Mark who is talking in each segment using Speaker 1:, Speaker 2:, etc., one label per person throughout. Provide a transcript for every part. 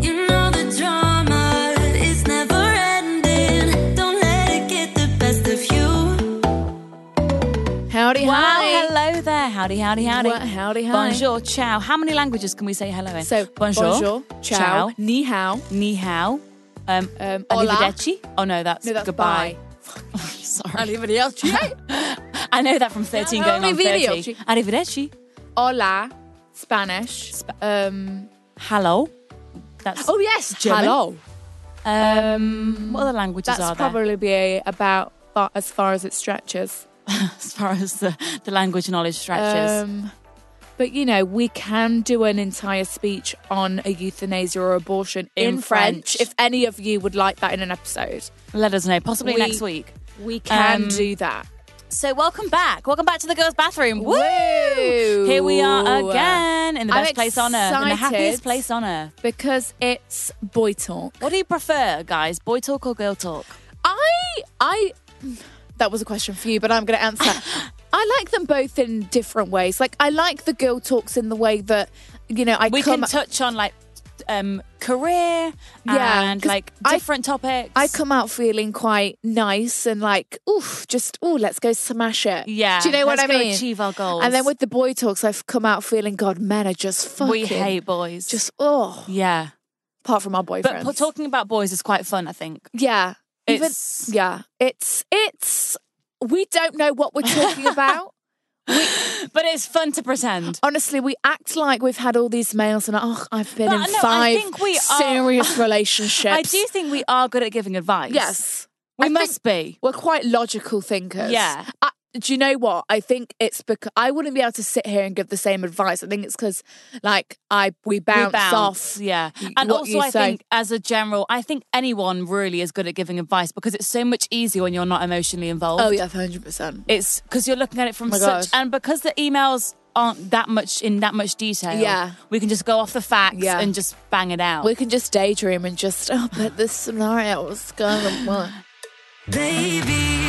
Speaker 1: You know the drama is never ending. Don't let it get the best of you.
Speaker 2: Howdy,
Speaker 3: Wow,
Speaker 2: hi.
Speaker 3: hello there. Howdy, howdy, howdy.
Speaker 2: Wha- howdy, hi.
Speaker 3: Bonjour, ciao. How many languages can we say hello in?
Speaker 2: So,
Speaker 3: bonjour,
Speaker 2: ciao, ni hao.
Speaker 3: ni hao, um,
Speaker 2: Um, hola.
Speaker 3: arrivederci. Oh no, that's,
Speaker 2: No, that's
Speaker 3: goodbye.
Speaker 2: bye.
Speaker 3: Sorry.
Speaker 2: Anybody else?
Speaker 3: I know that from 13
Speaker 2: Yeah,
Speaker 3: going on
Speaker 2: arrivederci.
Speaker 3: 30. Arrivederci.
Speaker 2: Hola, Spanish.
Speaker 3: Spa-
Speaker 2: um,
Speaker 3: Hello. That's
Speaker 2: oh yes,
Speaker 3: German.
Speaker 2: hello.
Speaker 3: um, what other languages
Speaker 2: That's
Speaker 3: are there?
Speaker 2: probably be about fa- as far as it stretches.
Speaker 3: as far as the, the language knowledge stretches.
Speaker 2: Um, but you know, we can do an entire speech on a euthanasia or abortion
Speaker 3: In
Speaker 2: in,
Speaker 3: French.
Speaker 2: if any of you would like that in an episode.
Speaker 3: Let us know, possibly
Speaker 2: we-
Speaker 3: next week.
Speaker 2: We can
Speaker 3: Um,
Speaker 2: do that.
Speaker 3: So welcome back. Welcome back to the girls' bathroom. Woo!
Speaker 2: Woo!
Speaker 3: Here we are again in the
Speaker 2: I'm
Speaker 3: best place on earth, in the happiest
Speaker 2: excited.
Speaker 3: place on earth.
Speaker 2: because it's boy talk.
Speaker 3: What do you prefer, guys? Boy talk or girl talk?
Speaker 2: I I that was a question for you, but I'm going to answer. I like them both in different ways. Like I like the girl talks in the way that you know I
Speaker 3: We
Speaker 2: come.
Speaker 3: can touch on like um career
Speaker 2: Yeah,
Speaker 3: and
Speaker 2: 'cause
Speaker 3: like
Speaker 2: I-
Speaker 3: different topics.
Speaker 2: I come out feeling quite nice and like, oof, just ooh, let's go smash it.
Speaker 3: Yeah,
Speaker 2: do you know what
Speaker 3: let's
Speaker 2: I
Speaker 3: go
Speaker 2: mean?
Speaker 3: achieve our goals.
Speaker 2: And then with the boy talks, I've come out feeling, God, men are just fucking.
Speaker 3: we hate boys.
Speaker 2: Just oh,
Speaker 3: yeah.
Speaker 2: apart from our
Speaker 3: But
Speaker 2: boyfriends.
Speaker 3: po- talking about boys is quite fun, I think.
Speaker 2: Yeah.
Speaker 3: It's-
Speaker 2: yeah. It's it's we don't know what we're talking about.
Speaker 3: But it's fun to pretend.
Speaker 2: Honestly, we act like we've had all these males and oh, I've been
Speaker 3: But
Speaker 2: in
Speaker 3: no, I
Speaker 2: five
Speaker 3: think we are-
Speaker 2: serious relationships.
Speaker 3: I do think we are good at giving advice.
Speaker 2: Yes.
Speaker 3: We
Speaker 2: I think
Speaker 3: must be.
Speaker 2: We're quite logical thinkers.
Speaker 3: Yeah.
Speaker 2: I, do you know what? I think it's because I wouldn't be able to sit here and give the same advice. I think it's because, like, I we bounce,
Speaker 3: We bounce,
Speaker 2: off.
Speaker 3: yeah.
Speaker 2: y-
Speaker 3: And
Speaker 2: what
Speaker 3: also,
Speaker 2: you
Speaker 3: I
Speaker 2: say.
Speaker 3: think as a general, I think anyone really is good at giving advice because it's so much easier when you're not emotionally involved.
Speaker 2: Oh yeah, hundred percent.
Speaker 3: It's because you're looking at it from
Speaker 2: Oh my
Speaker 3: such,
Speaker 2: God.
Speaker 3: and because the emails aren't that much in that much detail.
Speaker 2: Yeah.
Speaker 3: we can just go off the facts
Speaker 2: Yeah.
Speaker 3: and just bang it out.
Speaker 2: We can just daydream and just oh, but this scenario was going well.
Speaker 1: Baby,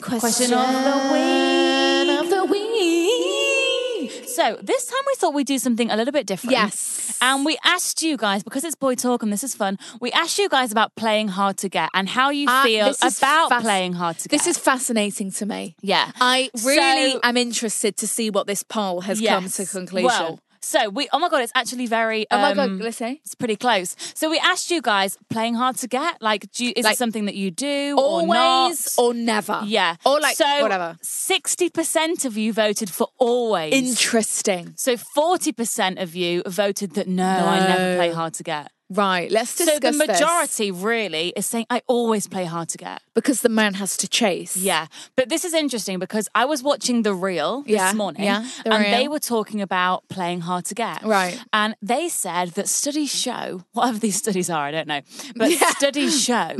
Speaker 2: Question,
Speaker 3: of
Speaker 2: of the week.
Speaker 3: So this time we thought we'd do something a little bit different.
Speaker 2: Yes.
Speaker 3: And we asked you guys because it's boy talk and this is fun. We asked you guys about playing hard to get and how you
Speaker 2: I-
Speaker 3: feel
Speaker 2: Ah, this is
Speaker 3: about
Speaker 2: fas-
Speaker 3: playing hard to get.
Speaker 2: This is fascinating to me.
Speaker 3: Yeah.
Speaker 2: I really
Speaker 3: So-
Speaker 2: am interested to see what this poll has come to
Speaker 3: Yes.
Speaker 2: conclusion.
Speaker 3: Well, so we. Oh my god, it's actually very.
Speaker 2: oh my god,
Speaker 3: um,
Speaker 2: let's see.
Speaker 3: It's pretty close. So we asked you guys playing hard to get. Like, do you, is it
Speaker 2: Like,
Speaker 3: something that you do or not?
Speaker 2: Always or, never.
Speaker 3: Yeah.
Speaker 2: Or like
Speaker 3: so
Speaker 2: whatever.
Speaker 3: Sixty percent of you voted for always.
Speaker 2: Interesting.
Speaker 3: so forty percent of you voted that no, I never
Speaker 2: No.
Speaker 3: play hard to get.
Speaker 2: Right. Let's discuss
Speaker 3: so the
Speaker 2: this.
Speaker 3: majority really is saying I always play hard to get.
Speaker 2: because the man has to chase.
Speaker 3: Yeah, but this is interesting because I was watching The Real this
Speaker 2: Yeah,
Speaker 3: morning,
Speaker 2: yeah, The
Speaker 3: and they
Speaker 2: Real.
Speaker 3: were talking about playing hard to get.
Speaker 2: Right.
Speaker 3: And they said that studies show, whatever these studies are, I don't know, but studies show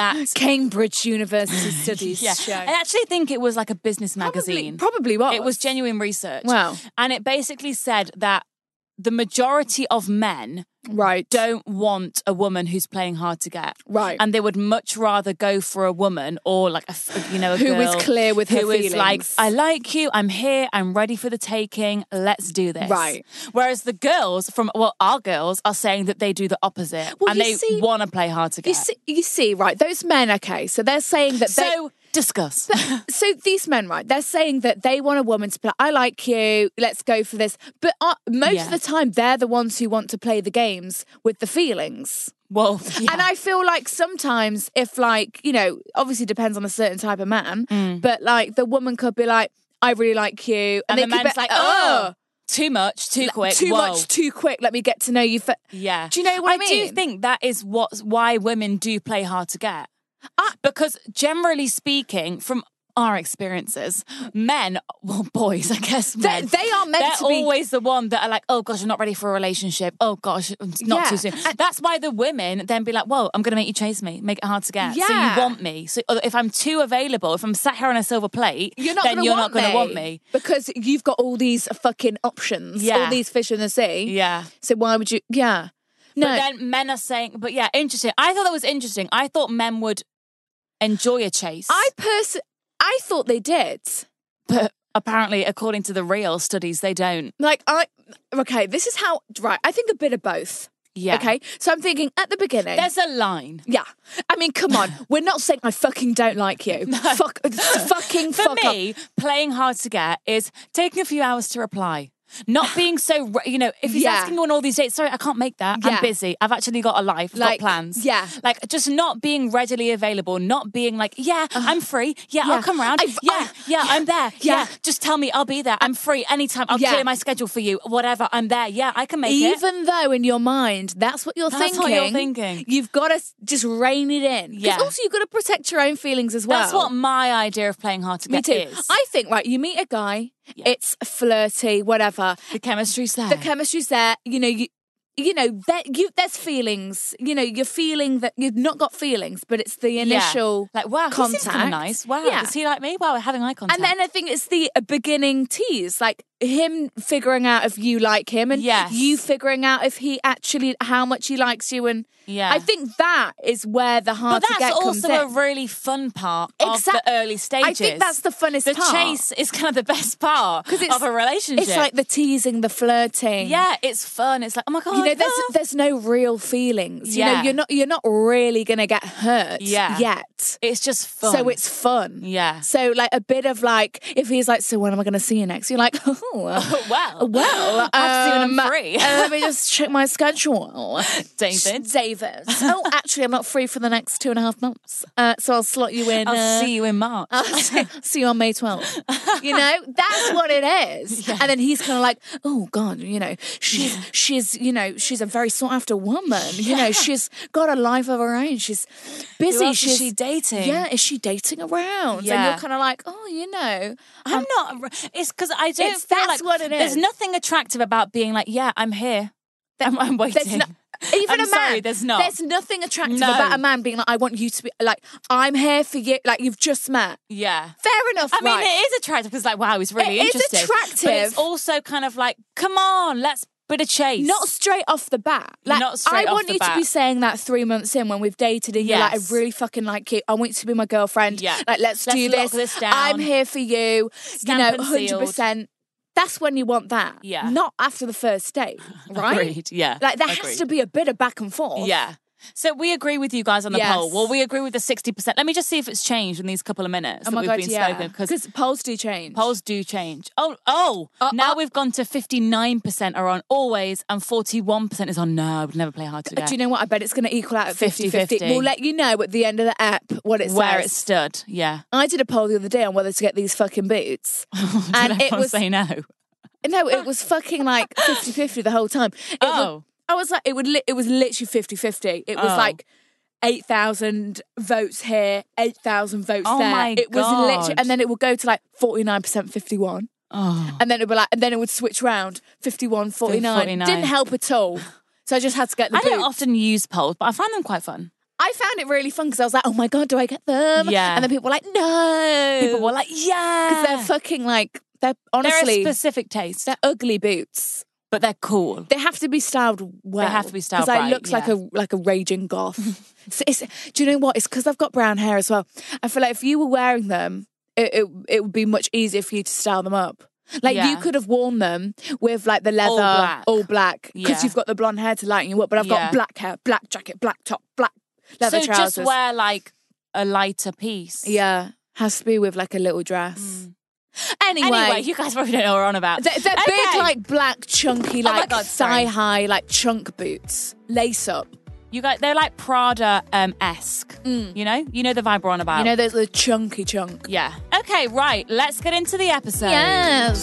Speaker 3: that.
Speaker 2: Cambridge University Studies
Speaker 3: Yeah,
Speaker 2: show.
Speaker 3: I actually think it was like a business magazine.
Speaker 2: Probably, probably was.
Speaker 3: It was genuine research.
Speaker 2: Wow.
Speaker 3: And it basically said that the majority of men
Speaker 2: Right.
Speaker 3: don't want a woman who's playing hard to get.
Speaker 2: Right.
Speaker 3: And they would much rather go for a woman or like a f- you know a
Speaker 2: Who is
Speaker 3: girl
Speaker 2: clear with her
Speaker 3: who is like
Speaker 2: feelings.
Speaker 3: I like you, I'm here, I'm ready for the taking. Let's do this.
Speaker 2: Right.
Speaker 3: Whereas the girls from well our girls are saying that they do the opposite
Speaker 2: Well,
Speaker 3: and
Speaker 2: you
Speaker 3: they
Speaker 2: see-
Speaker 3: want to play hard to get.
Speaker 2: You see, you see, right? Those men, okay. So they're saying that they.
Speaker 3: so discuss.
Speaker 2: so these men, right? They're saying that they want a woman to play. I like you. Let's go for this. But uh, most
Speaker 3: Yeah.
Speaker 2: of the time, they're the ones who want to play the games with the feelings.
Speaker 3: well, yeah.
Speaker 2: And I feel like sometimes, if like you know, obviously depends on a certain type of man, but like the woman could be like, "I really like you,"
Speaker 3: Mm. and the
Speaker 2: they could be
Speaker 3: man's like, oh,
Speaker 2: "Ugh,
Speaker 3: too much, too quick,
Speaker 2: too
Speaker 3: whoa."
Speaker 2: much, too quick. Let me get to know you." fir-"
Speaker 3: Yeah.
Speaker 2: Do you know what I,
Speaker 3: I
Speaker 2: mean?
Speaker 3: do think that is what why women do play hard to get.
Speaker 2: I-
Speaker 3: because generally speaking, from our experiences, men, well, boys, I guess,
Speaker 2: They,
Speaker 3: men,
Speaker 2: they are meant
Speaker 3: they're
Speaker 2: to be.
Speaker 3: always the one that are like, oh gosh, I'm not ready for a relationship. Oh gosh, it's not too
Speaker 2: Yeah.
Speaker 3: soon. That's why the women then be like, whoa, I'm going to make you chase me, make it hard to get. So
Speaker 2: Yeah.
Speaker 3: you want me. So uh, if I'm too available, if I'm sat here on a silver plate,
Speaker 2: you're not
Speaker 3: then
Speaker 2: gonna
Speaker 3: you're
Speaker 2: want
Speaker 3: not going to
Speaker 2: me
Speaker 3: want me.
Speaker 2: because you've got all these fucking options, all
Speaker 3: Yeah.
Speaker 2: these fish in the sea.
Speaker 3: Yeah.
Speaker 2: So why would you? Yeah, no,
Speaker 3: But then men are saying, but yeah, interesting. I thought that was interesting. I thought men would enjoy a chase.
Speaker 2: I person, I thought they did.
Speaker 3: but apparently, according to the real studies, they don't.
Speaker 2: Like I, okay, this is how right. I think a bit of both.
Speaker 3: Yeah.
Speaker 2: Okay, so I'm thinking at the beginning.
Speaker 3: There's a line.
Speaker 2: yeah, I mean, come on. We're not saying I fucking don't like you. Fuck, fucking
Speaker 3: For
Speaker 2: fuck up.
Speaker 3: me, playing hard to get is taking a few hours to reply. Not being so, re- you know, if he's
Speaker 2: Yeah.
Speaker 3: asking you on all these dates, sorry, I can't make that.
Speaker 2: Yeah.
Speaker 3: I'm busy. I've actually got a life. I've
Speaker 2: Like,
Speaker 3: got plans.
Speaker 2: yeah.
Speaker 3: Like just not being readily available, not being like, yeah, I'm free. Yeah,
Speaker 2: Yeah.
Speaker 3: I'll come around.
Speaker 2: I've-
Speaker 3: yeah,
Speaker 2: I-
Speaker 3: yeah, I'm there.
Speaker 2: Yeah.
Speaker 3: Yeah. Just tell me I'll be there. I'm free anytime. I'll
Speaker 2: Yeah.
Speaker 3: clear my schedule for you. Whatever. I'm there. Yeah, I can make it.
Speaker 2: Even though in your mind that's what you're
Speaker 3: That's
Speaker 2: thinking,
Speaker 3: what you're thinking.
Speaker 2: you've got to just rein it in. 'Cause
Speaker 3: Yeah.
Speaker 2: Also, you've got to protect your own feelings as well.
Speaker 3: That's what my idea of playing hard to
Speaker 2: Me
Speaker 3: get
Speaker 2: too.
Speaker 3: is.
Speaker 2: I think right. You meet a guy. It's flirty, whatever.
Speaker 3: the chemistry's there.
Speaker 2: The chemistry's there. You know you. You know that you there's feelings. You know you're feeling that you've not got feelings, but it's the
Speaker 3: Yeah.
Speaker 2: initial
Speaker 3: like wow, he seems kinda
Speaker 2: contact.
Speaker 3: nice. Wow,
Speaker 2: Yeah.
Speaker 3: does he like me? Wow, we're having eye contact.
Speaker 2: And then I think it's the uh, beginning tease, like him figuring out if you like him and
Speaker 3: Yes.
Speaker 2: you figuring out if he actually how much he likes you. And
Speaker 3: Yeah.
Speaker 2: I think that is where the hard
Speaker 3: But
Speaker 2: to get
Speaker 3: that's
Speaker 2: comes
Speaker 3: also
Speaker 2: in.
Speaker 3: a really fun part
Speaker 2: Exact-
Speaker 3: of the early stages.
Speaker 2: I think that's the funnest
Speaker 3: the
Speaker 2: part.
Speaker 3: chase is kind of the best part
Speaker 2: 'Cause it's-
Speaker 3: of a relationship.
Speaker 2: It's like the teasing, the flirting.
Speaker 3: yeah, it's fun. It's like oh my god,
Speaker 2: You know, there's
Speaker 3: ah.
Speaker 2: there's no real feelings. You know,
Speaker 3: Yeah.
Speaker 2: you're not you're not really gonna get hurt
Speaker 3: Yeah.
Speaker 2: yet.
Speaker 3: it's just fun.
Speaker 2: So it's fun.
Speaker 3: Yeah.
Speaker 2: So like a bit of like if he's like, so when am I gonna see you next? You're like, oh
Speaker 3: well,
Speaker 2: well,
Speaker 3: I have to see when I'm
Speaker 2: um,
Speaker 3: free.
Speaker 2: uh, let me just check my schedule.
Speaker 3: David.
Speaker 2: David. Oh, actually, I'm not free for the next two and a half months. Uh, so I'll slot you in.
Speaker 3: I'll
Speaker 2: uh,
Speaker 3: see you in March.
Speaker 2: see, see you on May 12th. You know, that's what it is. And then he's kind of like, oh God, you know, she's she's you know she's a very sought after woman. You know, she's got a life of her own. She's busy.
Speaker 3: Who else
Speaker 2: she's
Speaker 3: is she dating?
Speaker 2: Yeah, is she dating around? And
Speaker 3: Yeah.
Speaker 2: you're kind of like, oh, you know,
Speaker 3: I'm not. It's because I don't.
Speaker 2: It's-
Speaker 3: feel
Speaker 2: that's
Speaker 3: like,
Speaker 2: what it is.
Speaker 3: There's nothing attractive about being like, yeah, I'm here. I'm, I'm waiting.
Speaker 2: there's no, even
Speaker 3: I'm
Speaker 2: a man.
Speaker 3: sorry, there's not.
Speaker 2: There's nothing attractive
Speaker 3: No.
Speaker 2: about a man being like, I want you to be like, I'm here for you. Like you've just met.
Speaker 3: yeah.
Speaker 2: Fair enough.
Speaker 3: I mean,
Speaker 2: right.
Speaker 3: it is attractive because, like, wow, he's really
Speaker 2: It is
Speaker 3: interesting. But
Speaker 2: attractive.
Speaker 3: it's also kind of like, come on, let's bit of chase.
Speaker 2: Not straight off the bat. Like,
Speaker 3: Not straight
Speaker 2: I
Speaker 3: off
Speaker 2: want
Speaker 3: the
Speaker 2: you to be
Speaker 3: bat.
Speaker 2: saying that three months in when we've dated and you're like,
Speaker 3: Yes.
Speaker 2: I really fucking like you. I want you to be my girlfriend.
Speaker 3: Yeah.
Speaker 2: Like, let's,
Speaker 3: Let's
Speaker 2: do this.
Speaker 3: lock this down.
Speaker 2: I'm here for you.
Speaker 3: Stamp
Speaker 2: you know,
Speaker 3: and sealed.
Speaker 2: 100%. That's when you want that.
Speaker 3: Yeah.
Speaker 2: Not after the first date, right?
Speaker 3: Agreed, yeah.
Speaker 2: Like, there has
Speaker 3: Agreed.
Speaker 2: to be a bit of back and forth.
Speaker 3: Yeah. So we agree with you guys on the
Speaker 2: Yes.
Speaker 3: poll. Well, we agree with the 60%. Let me just see if it's changed in these couple of minutes
Speaker 2: Oh
Speaker 3: that
Speaker 2: my
Speaker 3: we've
Speaker 2: God,
Speaker 3: been
Speaker 2: yeah.
Speaker 3: spoken because
Speaker 2: Because polls do change.
Speaker 3: polls do change. Oh, oh,
Speaker 2: Uh,
Speaker 3: now
Speaker 2: uh.
Speaker 3: we've gone to 59% are on always and 41% is on no, I would never play hard to get.
Speaker 2: Do you know what? I bet it's going to equal out at 50 50.
Speaker 3: 50-50.
Speaker 2: We'll let you know at the end of the app what it
Speaker 3: Where it
Speaker 2: says.
Speaker 3: stood. Yeah.
Speaker 2: I did a poll the other day on whether to get these fucking boots.
Speaker 3: And
Speaker 2: and it was
Speaker 3: say no.
Speaker 2: No, it was fucking like 50 50 the whole time. It was,
Speaker 3: Oh.
Speaker 2: I was like, it, would li- it was literally 50 50. It was
Speaker 3: Oh.
Speaker 2: like 8,000 votes here, 8,000 votes
Speaker 3: Oh
Speaker 2: there.
Speaker 3: my
Speaker 2: it was literally,
Speaker 3: God.
Speaker 2: and then it would go to like 49%, 51.
Speaker 3: Oh.
Speaker 2: And then it would be like, and then it would switch round 51, 49.
Speaker 3: 49.
Speaker 2: Didn't help at all. So I just had to get the
Speaker 3: I don't
Speaker 2: boot.
Speaker 3: often use polls, but I find them quite fun.
Speaker 2: I found it really fun because I was like, oh my God, do I get them?
Speaker 3: Yeah.
Speaker 2: And then people were like, no.
Speaker 3: People were like, yeah.
Speaker 2: because they're fucking like, they're honestly,
Speaker 3: they're a specific taste,
Speaker 2: they're ugly boots.
Speaker 3: but they're cool.
Speaker 2: They have to be styled well.
Speaker 3: have to be styled
Speaker 2: because I
Speaker 3: right,
Speaker 2: look like
Speaker 3: yeah.
Speaker 2: a like a raging goth. so it's, do you know what? It's because I've got brown hair as well. I feel like if you were wearing them, it it, it would be much easier for you to style them up. Like you
Speaker 3: Yeah.
Speaker 2: could have worn them with like the leather,
Speaker 3: black.
Speaker 2: all black, because
Speaker 3: Yeah.
Speaker 2: you've got the blonde hair to lighten you up. But I've
Speaker 3: Yeah.
Speaker 2: got black hair, black jacket, black top, black leather
Speaker 3: so
Speaker 2: trousers.
Speaker 3: just wear like a lighter piece.
Speaker 2: yeah, has to be with like a little dress.
Speaker 3: Mm.
Speaker 2: Anyway,
Speaker 3: Anyway, you guys probably don't know what we're on about.
Speaker 2: They're, they're big,
Speaker 3: Okay.
Speaker 2: like black, chunky,
Speaker 3: Oh my
Speaker 2: like
Speaker 3: God,
Speaker 2: thigh
Speaker 3: sorry.
Speaker 2: high, like chunk boots, lace up.
Speaker 3: you guys, they're like Prada um esque. You know, you know the vibe we're on about.
Speaker 2: Mm. You know, there's the chunky chunk.
Speaker 3: yeah. Okay, right. Let's get into the episode.
Speaker 2: Yes.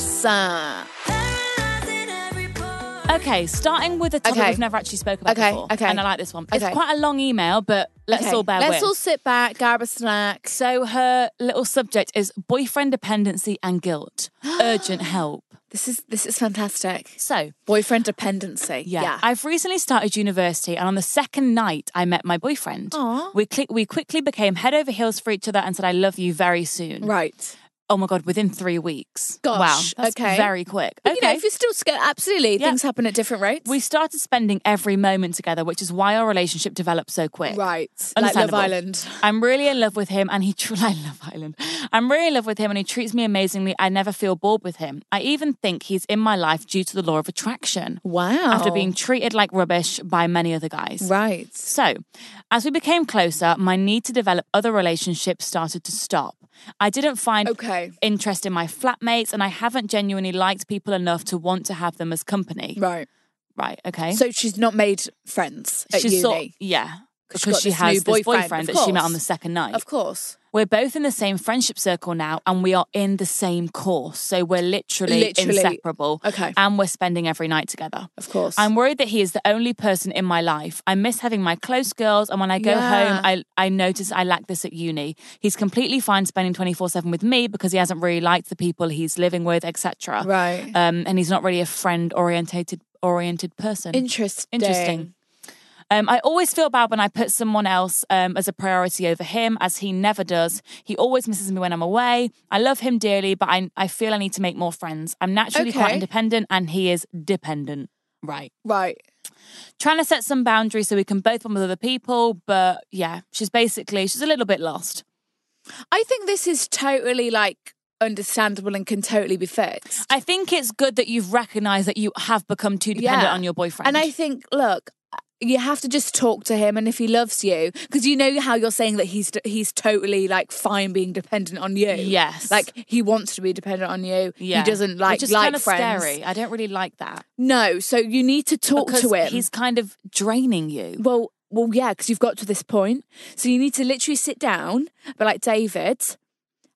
Speaker 1: Paralyzing every pore.
Speaker 3: Uh, Okay, starting with a topic
Speaker 2: Okay.
Speaker 3: we've never actually spoke about
Speaker 2: Okay,
Speaker 3: before.
Speaker 2: okay.
Speaker 3: And I like this one. It's
Speaker 2: Okay.
Speaker 3: quite a long email, but Let's
Speaker 2: Okay,
Speaker 3: all bear
Speaker 2: Let's
Speaker 3: with.
Speaker 2: all sit back, grab a snack.
Speaker 3: so her little subject is boyfriend dependency and guilt. Urgent help.
Speaker 2: This is this is fantastic.
Speaker 3: So
Speaker 2: Boyfriend dependency.
Speaker 3: Yeah. I've recently started university, and on the second night, I met my boyfriend.
Speaker 2: Aw.
Speaker 3: We, click, we quickly became head over heels for each other and said, I love you very soon.
Speaker 2: right.
Speaker 3: Oh my God, within three weeks.
Speaker 2: Gosh,
Speaker 3: Wow. That's
Speaker 2: okay.
Speaker 3: Very quick.
Speaker 2: But,
Speaker 3: okay.
Speaker 2: You know, if you're still scared, absolutely,
Speaker 3: Yeah.
Speaker 2: things happen at different rates.
Speaker 3: we started spending every moment together, which is why our relationship developed so quick.
Speaker 2: right, like Love
Speaker 3: Understandable.
Speaker 2: Island.
Speaker 3: I'm really in love with him, and he tr- I love Island. I'm really in love with him, and he treats me amazingly. I never feel bored with him. I even think he's in my life due to the law of attraction.
Speaker 2: Wow.
Speaker 3: After being treated like rubbish by many other guys.
Speaker 2: right,
Speaker 3: So, as we became closer, my need to develop other relationships started to stop. I didn't find
Speaker 2: Okay.
Speaker 3: interest in my flatmates, and I haven't genuinely liked people enough to want to have them as company.
Speaker 2: right.
Speaker 3: Right, okay.
Speaker 2: So she's not made friends at
Speaker 3: She's
Speaker 2: uni.
Speaker 3: sort- yeah.
Speaker 2: she's
Speaker 3: Because
Speaker 2: got
Speaker 3: she
Speaker 2: this
Speaker 3: has
Speaker 2: new
Speaker 3: this
Speaker 2: boyfriend,
Speaker 3: boyfriend,
Speaker 2: of
Speaker 3: that she met
Speaker 2: course.
Speaker 3: on the second night.
Speaker 2: of course,
Speaker 3: We're both in the same friendship circle now, and we are in the same course. So we're literally,
Speaker 2: Literally.
Speaker 3: inseparable.
Speaker 2: Okay.
Speaker 3: And we're spending every night together.
Speaker 2: of course.
Speaker 3: I'm worried that he is the only person in my life. I miss having my close girls, and when I go
Speaker 2: Yeah.
Speaker 3: home, I, I notice I lack this at uni. He's completely fine spending 24 7 with me because he hasn't really liked the people he's living with, etc.
Speaker 2: Right.
Speaker 3: Um, and he's not really a friend orientated oriented person.
Speaker 2: interesting.
Speaker 3: Interesting. Um, I always feel bad when I put someone else um, as a priority over him, as he never does. He always misses me when I'm away. I love him dearly, but I, I feel I need to make more friends. I'm naturally
Speaker 2: Okay.
Speaker 3: quite independent, and he is dependent. Right.
Speaker 2: Right.
Speaker 3: Trying to set some boundaries so we can both bond with other people, but yeah, she's basically she's a little bit lost.
Speaker 2: I think this is totally like understandable and can totally be fixed.
Speaker 3: I think it's good that you've recognised that you have become too dependent on your boyfriend.
Speaker 2: And I think, look, you have to just talk to him, and if he loves you, because you know how you're saying that he's he's totally like fine being dependent on you.
Speaker 3: Yes.
Speaker 2: like he wants to be dependent on you.
Speaker 3: yeah,
Speaker 2: he doesn't like
Speaker 3: which is
Speaker 2: like
Speaker 3: kind of
Speaker 2: friends.
Speaker 3: scary. I don't really like that.
Speaker 2: No, so you need to talk
Speaker 3: because
Speaker 2: to him.
Speaker 3: He's kind of draining you.
Speaker 2: well, well, yeah, because you've got to this point, so you need to literally sit down. But like David.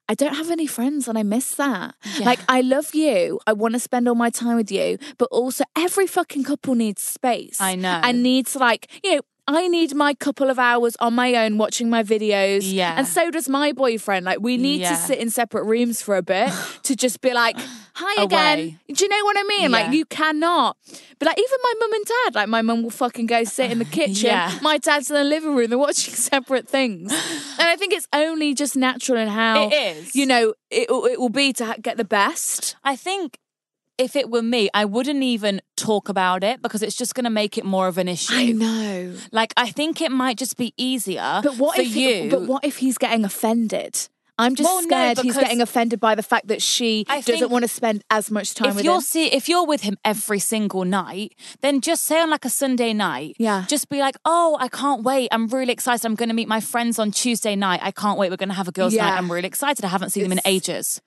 Speaker 2: I don't have any friends and I miss that.
Speaker 3: Yeah.
Speaker 2: Like, I love you. I want to spend all my time with you. But also, every fucking couple needs space.
Speaker 3: I know.
Speaker 2: And needs, like, you know, I need my couple of hours on my own watching my videos.
Speaker 3: Yeah.
Speaker 2: And so does my boyfriend. Like, we need to
Speaker 3: Yeah.
Speaker 2: sit in separate rooms for a bit to just be like, hi again.
Speaker 3: Away.
Speaker 2: Do you know what I mean? Like,
Speaker 3: Yeah.
Speaker 2: you cannot. But, like, even my mum and dad, like, my mum will fucking go sit in the kitchen.
Speaker 3: Yeah.
Speaker 2: My dad's in the living room. They're watching separate things. And I think it's only just natural in how
Speaker 3: It is.
Speaker 2: you know, it it will be to ha- get the best.
Speaker 3: I think if it were me, I wouldn't even talk about it because it's just going to make it more of an issue.
Speaker 2: know,
Speaker 3: Like I think it might just be easier.
Speaker 2: but what
Speaker 3: for
Speaker 2: if
Speaker 3: you?
Speaker 2: He, but what if he's getting offended? I'm just
Speaker 3: Well, no,
Speaker 2: scared he's
Speaker 3: because-
Speaker 2: getting offended by the fact that she
Speaker 3: I
Speaker 2: doesn't
Speaker 3: think
Speaker 2: want to spend as much time
Speaker 3: if
Speaker 2: with
Speaker 3: you're
Speaker 2: him.
Speaker 3: see, if you're with him every single night, then just say on like a Sunday night,
Speaker 2: Yeah.
Speaker 3: just be like, "Oh, I can't wait! I'm really excited. I'm going to meet my friends on Tuesday night. I can't wait. We're going to have a girls'
Speaker 2: Yeah.
Speaker 3: night. I'm really excited. I haven't seen them in
Speaker 2: It's-
Speaker 3: ages."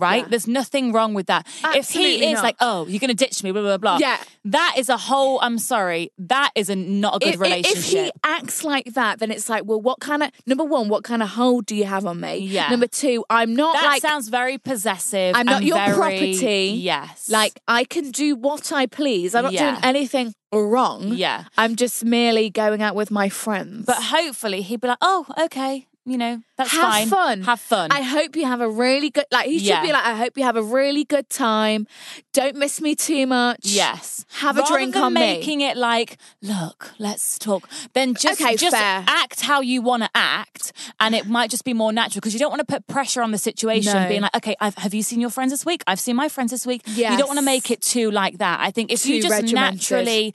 Speaker 3: Right?
Speaker 2: Yeah.
Speaker 3: There's nothing wrong with that. if
Speaker 2: Absolutely
Speaker 3: he is
Speaker 2: not.
Speaker 3: like, "Oh, you're going to ditch me," blah blah blah.
Speaker 2: Yeah.
Speaker 3: That is a whole. I'm sorry. That is a not a good
Speaker 2: If- if-
Speaker 3: relationship.
Speaker 2: If he acts like that, then it's like, well, what kind of number one, what kind of hold do you have on me?
Speaker 3: Yeah.
Speaker 2: Number two, I'm not
Speaker 3: that
Speaker 2: like
Speaker 3: sounds very possessive.
Speaker 2: I'm not
Speaker 3: and
Speaker 2: your
Speaker 3: very-
Speaker 2: property.
Speaker 3: Yes.
Speaker 2: Like I can do what I please. I'm not
Speaker 3: Yeah.
Speaker 2: doing anything wrong.
Speaker 3: Yeah.
Speaker 2: I'm just merely going out with my friends.
Speaker 3: But hopefully he'd be like, oh, okay, you know, that's
Speaker 2: have
Speaker 3: fine.
Speaker 2: fun.
Speaker 3: Have fun.
Speaker 2: I hope you have a really good like he should
Speaker 3: Yeah.
Speaker 2: be like, I hope you have a really good time. Don't miss me too much.
Speaker 3: yes.
Speaker 2: Have a
Speaker 3: Rather
Speaker 2: drink
Speaker 3: than
Speaker 2: on me.
Speaker 3: making it like, look, let's talk. Then just,
Speaker 2: Okay,
Speaker 3: just
Speaker 2: fair.
Speaker 3: act how you want to act. And it might just be more natural because you don't want to put pressure on the situation,
Speaker 2: No.
Speaker 3: being like, okay, I've, have you seen your friends this week? I've seen my friends this week. You don't want to
Speaker 2: Yes.
Speaker 3: make it too like that. I think if you
Speaker 2: Too
Speaker 3: just
Speaker 2: regimented.
Speaker 3: naturally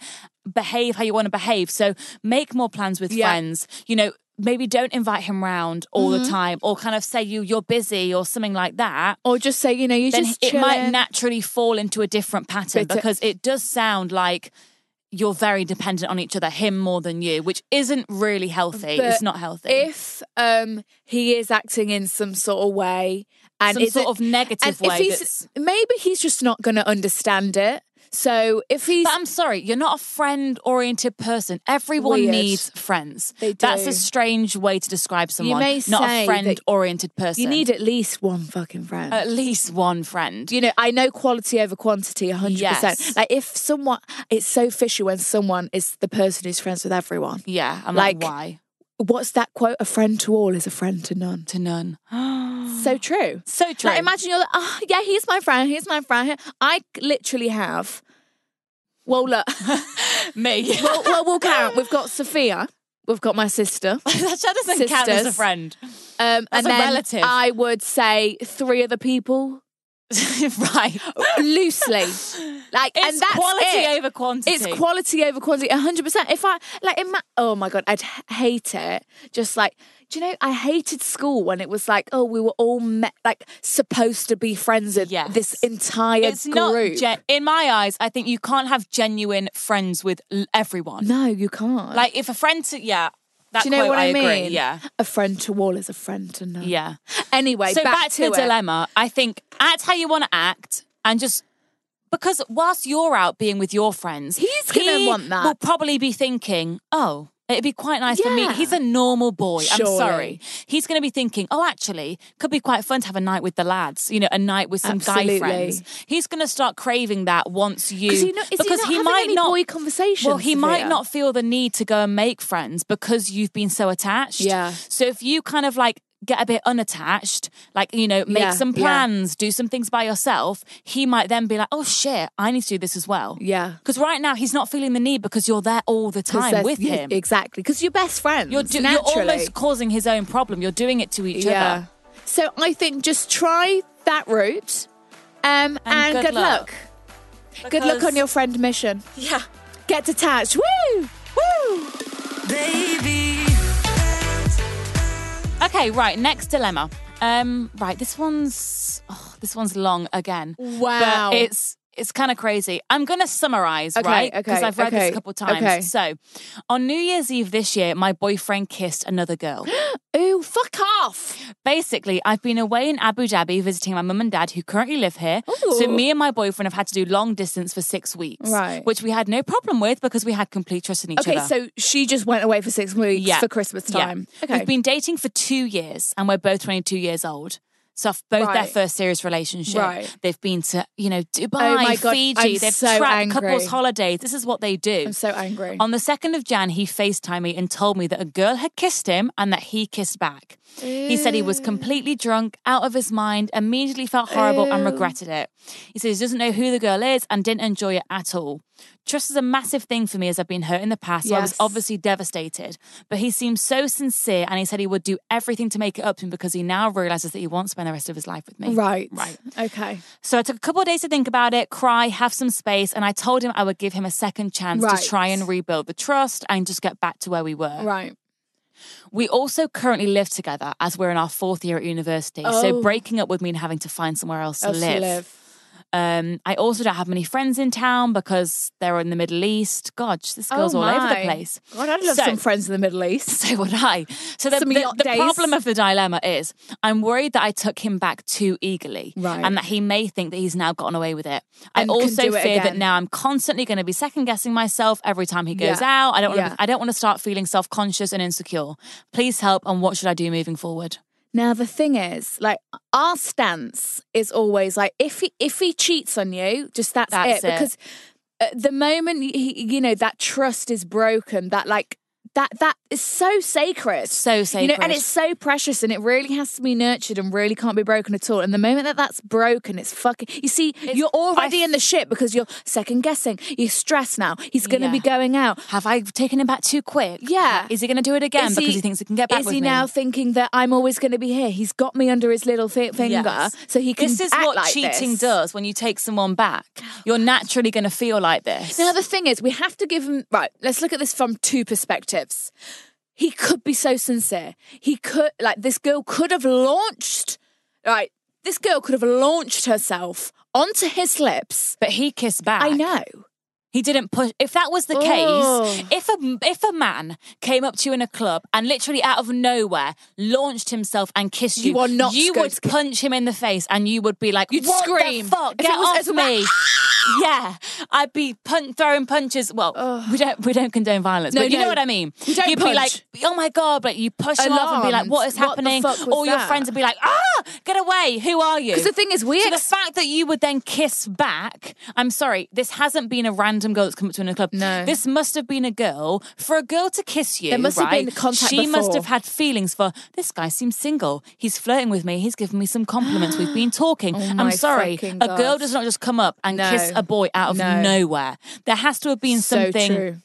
Speaker 3: behave how you want to behave, so make more plans with
Speaker 2: Yeah.
Speaker 3: friends, you know, maybe don't invite him round all
Speaker 2: Mm-hmm.
Speaker 3: the time or kind of say you you're busy or something like that
Speaker 2: Or just say, you know, you
Speaker 3: then
Speaker 2: just
Speaker 3: it might
Speaker 2: chilling.
Speaker 3: naturally fall into a different pattern
Speaker 2: But, uh,
Speaker 3: because it does sound like you're very dependent on each other, him more than you, which isn't really healthy.
Speaker 2: But
Speaker 3: it's not healthy.
Speaker 2: If um he is acting in some sort of way and
Speaker 3: Some
Speaker 2: it's
Speaker 3: sort of negative
Speaker 2: and
Speaker 3: way
Speaker 2: If he's,
Speaker 3: that's-
Speaker 2: maybe he's just not gonna understand it. So if he's
Speaker 3: but I'm sorry, you're not a friend oriented person. Everyone
Speaker 2: Weird.
Speaker 3: needs friends.
Speaker 2: They
Speaker 3: That's
Speaker 2: do.
Speaker 3: a strange way to describe someone.
Speaker 2: may say
Speaker 3: not a
Speaker 2: that
Speaker 3: friend oriented person.
Speaker 2: you need at least one fucking friend.
Speaker 3: at least one friend.
Speaker 2: you know, I know quality over quantity 100%.
Speaker 3: Yes.
Speaker 2: Like, if someone, it's so fishy when someone is the person who's friends with everyone.
Speaker 3: yeah, I'm
Speaker 2: Like,
Speaker 3: like why?
Speaker 2: what's that quote? A friend to all is a friend to none.
Speaker 3: to none.
Speaker 2: So true.
Speaker 3: So true.
Speaker 2: Like imagine you're like, oh yeah, he's my friend, he's my friend. I literally have. Well, look,
Speaker 3: me.
Speaker 2: well, well, we'll count. We've got Sophia. We've got my sister.
Speaker 3: that doesn't count as a
Speaker 2: Sisters.
Speaker 3: friend.
Speaker 2: Um, and
Speaker 3: a
Speaker 2: then
Speaker 3: relative.
Speaker 2: I would say three other people
Speaker 3: right.
Speaker 2: loosely. Like,
Speaker 3: It's
Speaker 2: and that's
Speaker 3: quality
Speaker 2: it.
Speaker 3: over quantity.
Speaker 2: It's quality over quantity, hundred percent. If I like, ima- oh my god, I'd h- hate it. Just like, do you know, I hated school when it was like, oh, we were all met, like supposed to be friends with
Speaker 3: Yes.
Speaker 2: this entire
Speaker 3: It's
Speaker 2: group.
Speaker 3: not gen- in my eyes. I think you can't have genuine friends with l- everyone.
Speaker 2: no, you can't.
Speaker 3: Like if a friend to yeah, that
Speaker 2: do you know
Speaker 3: quote,
Speaker 2: what I, mean?
Speaker 3: agree. Yeah,
Speaker 2: a friend to all is a friend to none.
Speaker 3: yeah.
Speaker 2: Anyway,
Speaker 3: so
Speaker 2: back,
Speaker 3: back, to the
Speaker 2: it.
Speaker 3: dilemma. I think act how you want to act and just because whilst you're out being with your friends,
Speaker 2: He's gonna
Speaker 3: he
Speaker 2: want that.
Speaker 3: Will probably be thinking, oh. It'd be quite nice for me.
Speaker 2: Yeah.
Speaker 3: He's a normal boy. I'm
Speaker 2: Surely.
Speaker 3: sorry. He's going to be thinking, oh, actually, could be quite fun to have a night with the lads. You know, a night with some guy
Speaker 2: Absolutely.
Speaker 3: friends. He's going to start craving that once you
Speaker 2: Is he not, is
Speaker 3: because
Speaker 2: he, not
Speaker 3: he
Speaker 2: having
Speaker 3: might
Speaker 2: any
Speaker 3: not
Speaker 2: boy conversations.
Speaker 3: well, he might
Speaker 2: Sophia?
Speaker 3: not feel the need to go and make friends because you've been so attached.
Speaker 2: Yeah.
Speaker 3: So if you kind of like get a bit unattached, like, you know, make
Speaker 2: Yeah,
Speaker 3: some
Speaker 2: yeah.
Speaker 3: plans, do some things by yourself, he might then be like, oh shit, I need to do this as well.
Speaker 2: Yeah.
Speaker 3: Because right now he's not feeling the need because you're there all the
Speaker 2: 'Cause
Speaker 3: time
Speaker 2: that's-
Speaker 3: with
Speaker 2: yeah,
Speaker 3: him.
Speaker 2: exactly because you're best friends.
Speaker 3: You're, do- you're
Speaker 2: naturally.
Speaker 3: almost causing his own problem. You're doing it to each other.
Speaker 2: So I think just try that route, um, and,
Speaker 3: good
Speaker 2: good,
Speaker 3: luck.
Speaker 2: luck. Good luck on your friend mission. Yeah. Get detached. Woo! Woo!
Speaker 1: Baby.
Speaker 3: Okay, right. Next dilemma. Um, right, this one's oh, this one's long again.
Speaker 2: Wow.
Speaker 3: but it's it's kind of crazy. I'm gonna summarize,
Speaker 2: Okay,
Speaker 3: right? Because
Speaker 2: okay,
Speaker 3: I've read this
Speaker 2: okay,
Speaker 3: a couple times.
Speaker 2: okay.
Speaker 3: So, on New Year's Eve this year, my boyfriend kissed another girl.
Speaker 2: Ooh, fuck off.
Speaker 3: Basically, I've been away in Abu Dhabi visiting my mum and dad, who currently live here. So,
Speaker 2: Ooh.
Speaker 3: me and my boyfriend have had to do long distance for six weeks,
Speaker 2: Right.
Speaker 3: Which we had no problem with because we had complete trust in each
Speaker 2: Okay,
Speaker 3: other.
Speaker 2: so she just went away for six weeks for Christmas
Speaker 3: yeah.
Speaker 2: time. Okay.
Speaker 3: We've been dating for two years and we're both 22 years old. So f- both their
Speaker 2: Right.
Speaker 3: first serious relationship.
Speaker 2: Right. Oh
Speaker 3: They've been to, you know, Dubai,
Speaker 2: my God,
Speaker 3: Fiji.
Speaker 2: I'm
Speaker 3: They've
Speaker 2: so
Speaker 3: tracked
Speaker 2: angry.
Speaker 3: couples holidays. This is what they do.
Speaker 2: I'm so angry.
Speaker 3: On the 2nd of Jan, he FaceTimed me and told me that a girl had kissed him and that he kissed back. He said he was completely drunk, out of his mind, immediately felt horrible and regretted it. He says he doesn't know who the girl is and didn't enjoy it at all. Trust is a massive thing for me as I've been hurt in the past. So I was
Speaker 2: Yes.
Speaker 3: obviously devastated. But he seemed so sincere and he said he would do everything to make it up to him because he now realizes that he wants to spend the rest of his life with me.
Speaker 2: right.
Speaker 3: Right.
Speaker 2: Okay.
Speaker 3: So I took a couple of days to think about it, cry, have some space, and I told him I would give him a second chance
Speaker 2: Right.
Speaker 3: to try and rebuild the trust and just get back to where we were.
Speaker 2: Right.
Speaker 3: We also currently live together as we're in our fourth year at university. So
Speaker 2: Oh.
Speaker 3: breaking up would mean having to find somewhere else to
Speaker 2: Else to
Speaker 3: live.
Speaker 2: live.
Speaker 3: Um, I also don't have many friends in town because they're in the Middle East. God, this girl's
Speaker 2: Oh
Speaker 3: all over the
Speaker 2: my.
Speaker 3: place.
Speaker 2: God, I'd love
Speaker 3: So-
Speaker 2: some friends in the Middle East.
Speaker 3: So would I. So the,
Speaker 2: Some
Speaker 3: the,
Speaker 2: yacht
Speaker 3: the
Speaker 2: days.
Speaker 3: problem of the dilemma is I'm worried that I took him back too eagerly
Speaker 2: Right.
Speaker 3: and that he may think that he's now gotten away with it.
Speaker 2: And
Speaker 3: I
Speaker 2: can
Speaker 3: also
Speaker 2: do it
Speaker 3: fear that
Speaker 2: again.
Speaker 3: now I'm constantly going to be second guessing myself every time he goes
Speaker 2: Yeah.
Speaker 3: out. I don't want
Speaker 2: Yeah.
Speaker 3: to I don't want to start feeling self-conscious and insecure. Please help and what should I do moving forward?
Speaker 2: Now the thing is, like our stance is always like if he if he cheats on you, just that's,
Speaker 3: That's
Speaker 2: it.
Speaker 3: it.
Speaker 2: Because at the moment he, you know that trust is broken, that like that that is so sacred.
Speaker 3: So sacred.
Speaker 2: You know, and it's so precious and it really has to be nurtured and really can't be broken at all. And the moment that that's broken, it's fucking. You see, you're already in the shit because you're second guessing. You're stressed now. He's going to
Speaker 3: Yeah.
Speaker 2: be going out.
Speaker 3: have I taken him back too quick?
Speaker 2: Yeah.
Speaker 3: Is he going to do it again
Speaker 2: Is
Speaker 3: because he, thinks he can get back
Speaker 2: Is
Speaker 3: with
Speaker 2: he
Speaker 3: me?
Speaker 2: now thinking that I'm always going to be here? He's got me under his little fi- finger,
Speaker 3: Yes.
Speaker 2: so he can.
Speaker 3: This is
Speaker 2: act
Speaker 3: what
Speaker 2: like
Speaker 3: cheating
Speaker 2: this.
Speaker 3: does when you take someone back. You're naturally going to feel like this.
Speaker 2: Now the thing is, we have to give him right. Let's look at this from two perspectives. He could be so sincere. He could like this girl could have launched right. This girl could have launched herself onto his lips.
Speaker 3: but he kissed back.
Speaker 2: I know.
Speaker 3: He didn't push. If that was the
Speaker 2: Oh.
Speaker 3: case, if a if a man came up to you in a club and literally out of nowhere launched himself and kissed you,
Speaker 2: You are not
Speaker 3: you
Speaker 2: going
Speaker 3: would
Speaker 2: to-
Speaker 3: punch him in the face and you would be like,
Speaker 2: You'd
Speaker 3: "What the
Speaker 2: scream.
Speaker 3: fuck?
Speaker 2: If it
Speaker 3: Get
Speaker 2: was-
Speaker 3: off
Speaker 2: as a-
Speaker 3: me!" yeah, I'd be pun- throwing punches. Well, we don't we don't condone violence,
Speaker 2: No,
Speaker 3: but you
Speaker 2: no.
Speaker 3: know what I mean.
Speaker 2: You don't
Speaker 3: You'd be like,
Speaker 2: punch.
Speaker 3: oh my god, like you push them off and be like, what
Speaker 2: Alarms.
Speaker 3: is
Speaker 2: What the
Speaker 3: happening?
Speaker 2: fuck was
Speaker 3: All your
Speaker 2: that?
Speaker 3: friends would be like, ah, get away. Who are you?
Speaker 2: Because the thing is, we
Speaker 3: So the
Speaker 2: ex-
Speaker 3: fact that you would then kiss back, I'm sorry, this hasn't been a random girl that's come up to you in a club.
Speaker 2: No.
Speaker 3: This must have been a girl. For a girl to kiss you,
Speaker 2: There must have been
Speaker 3: right,
Speaker 2: contact
Speaker 3: she must
Speaker 2: before.
Speaker 3: have had feelings for this guy seems single. He's flirting with me. He's giving me some compliments. We've been talking.
Speaker 2: Oh my
Speaker 3: I'm sorry.
Speaker 2: fucking
Speaker 3: A girl
Speaker 2: God.
Speaker 3: does not just come up and
Speaker 2: No.
Speaker 3: kiss a boy out of
Speaker 2: No.
Speaker 3: nowhere. There has to have been
Speaker 2: so
Speaker 3: something
Speaker 2: true.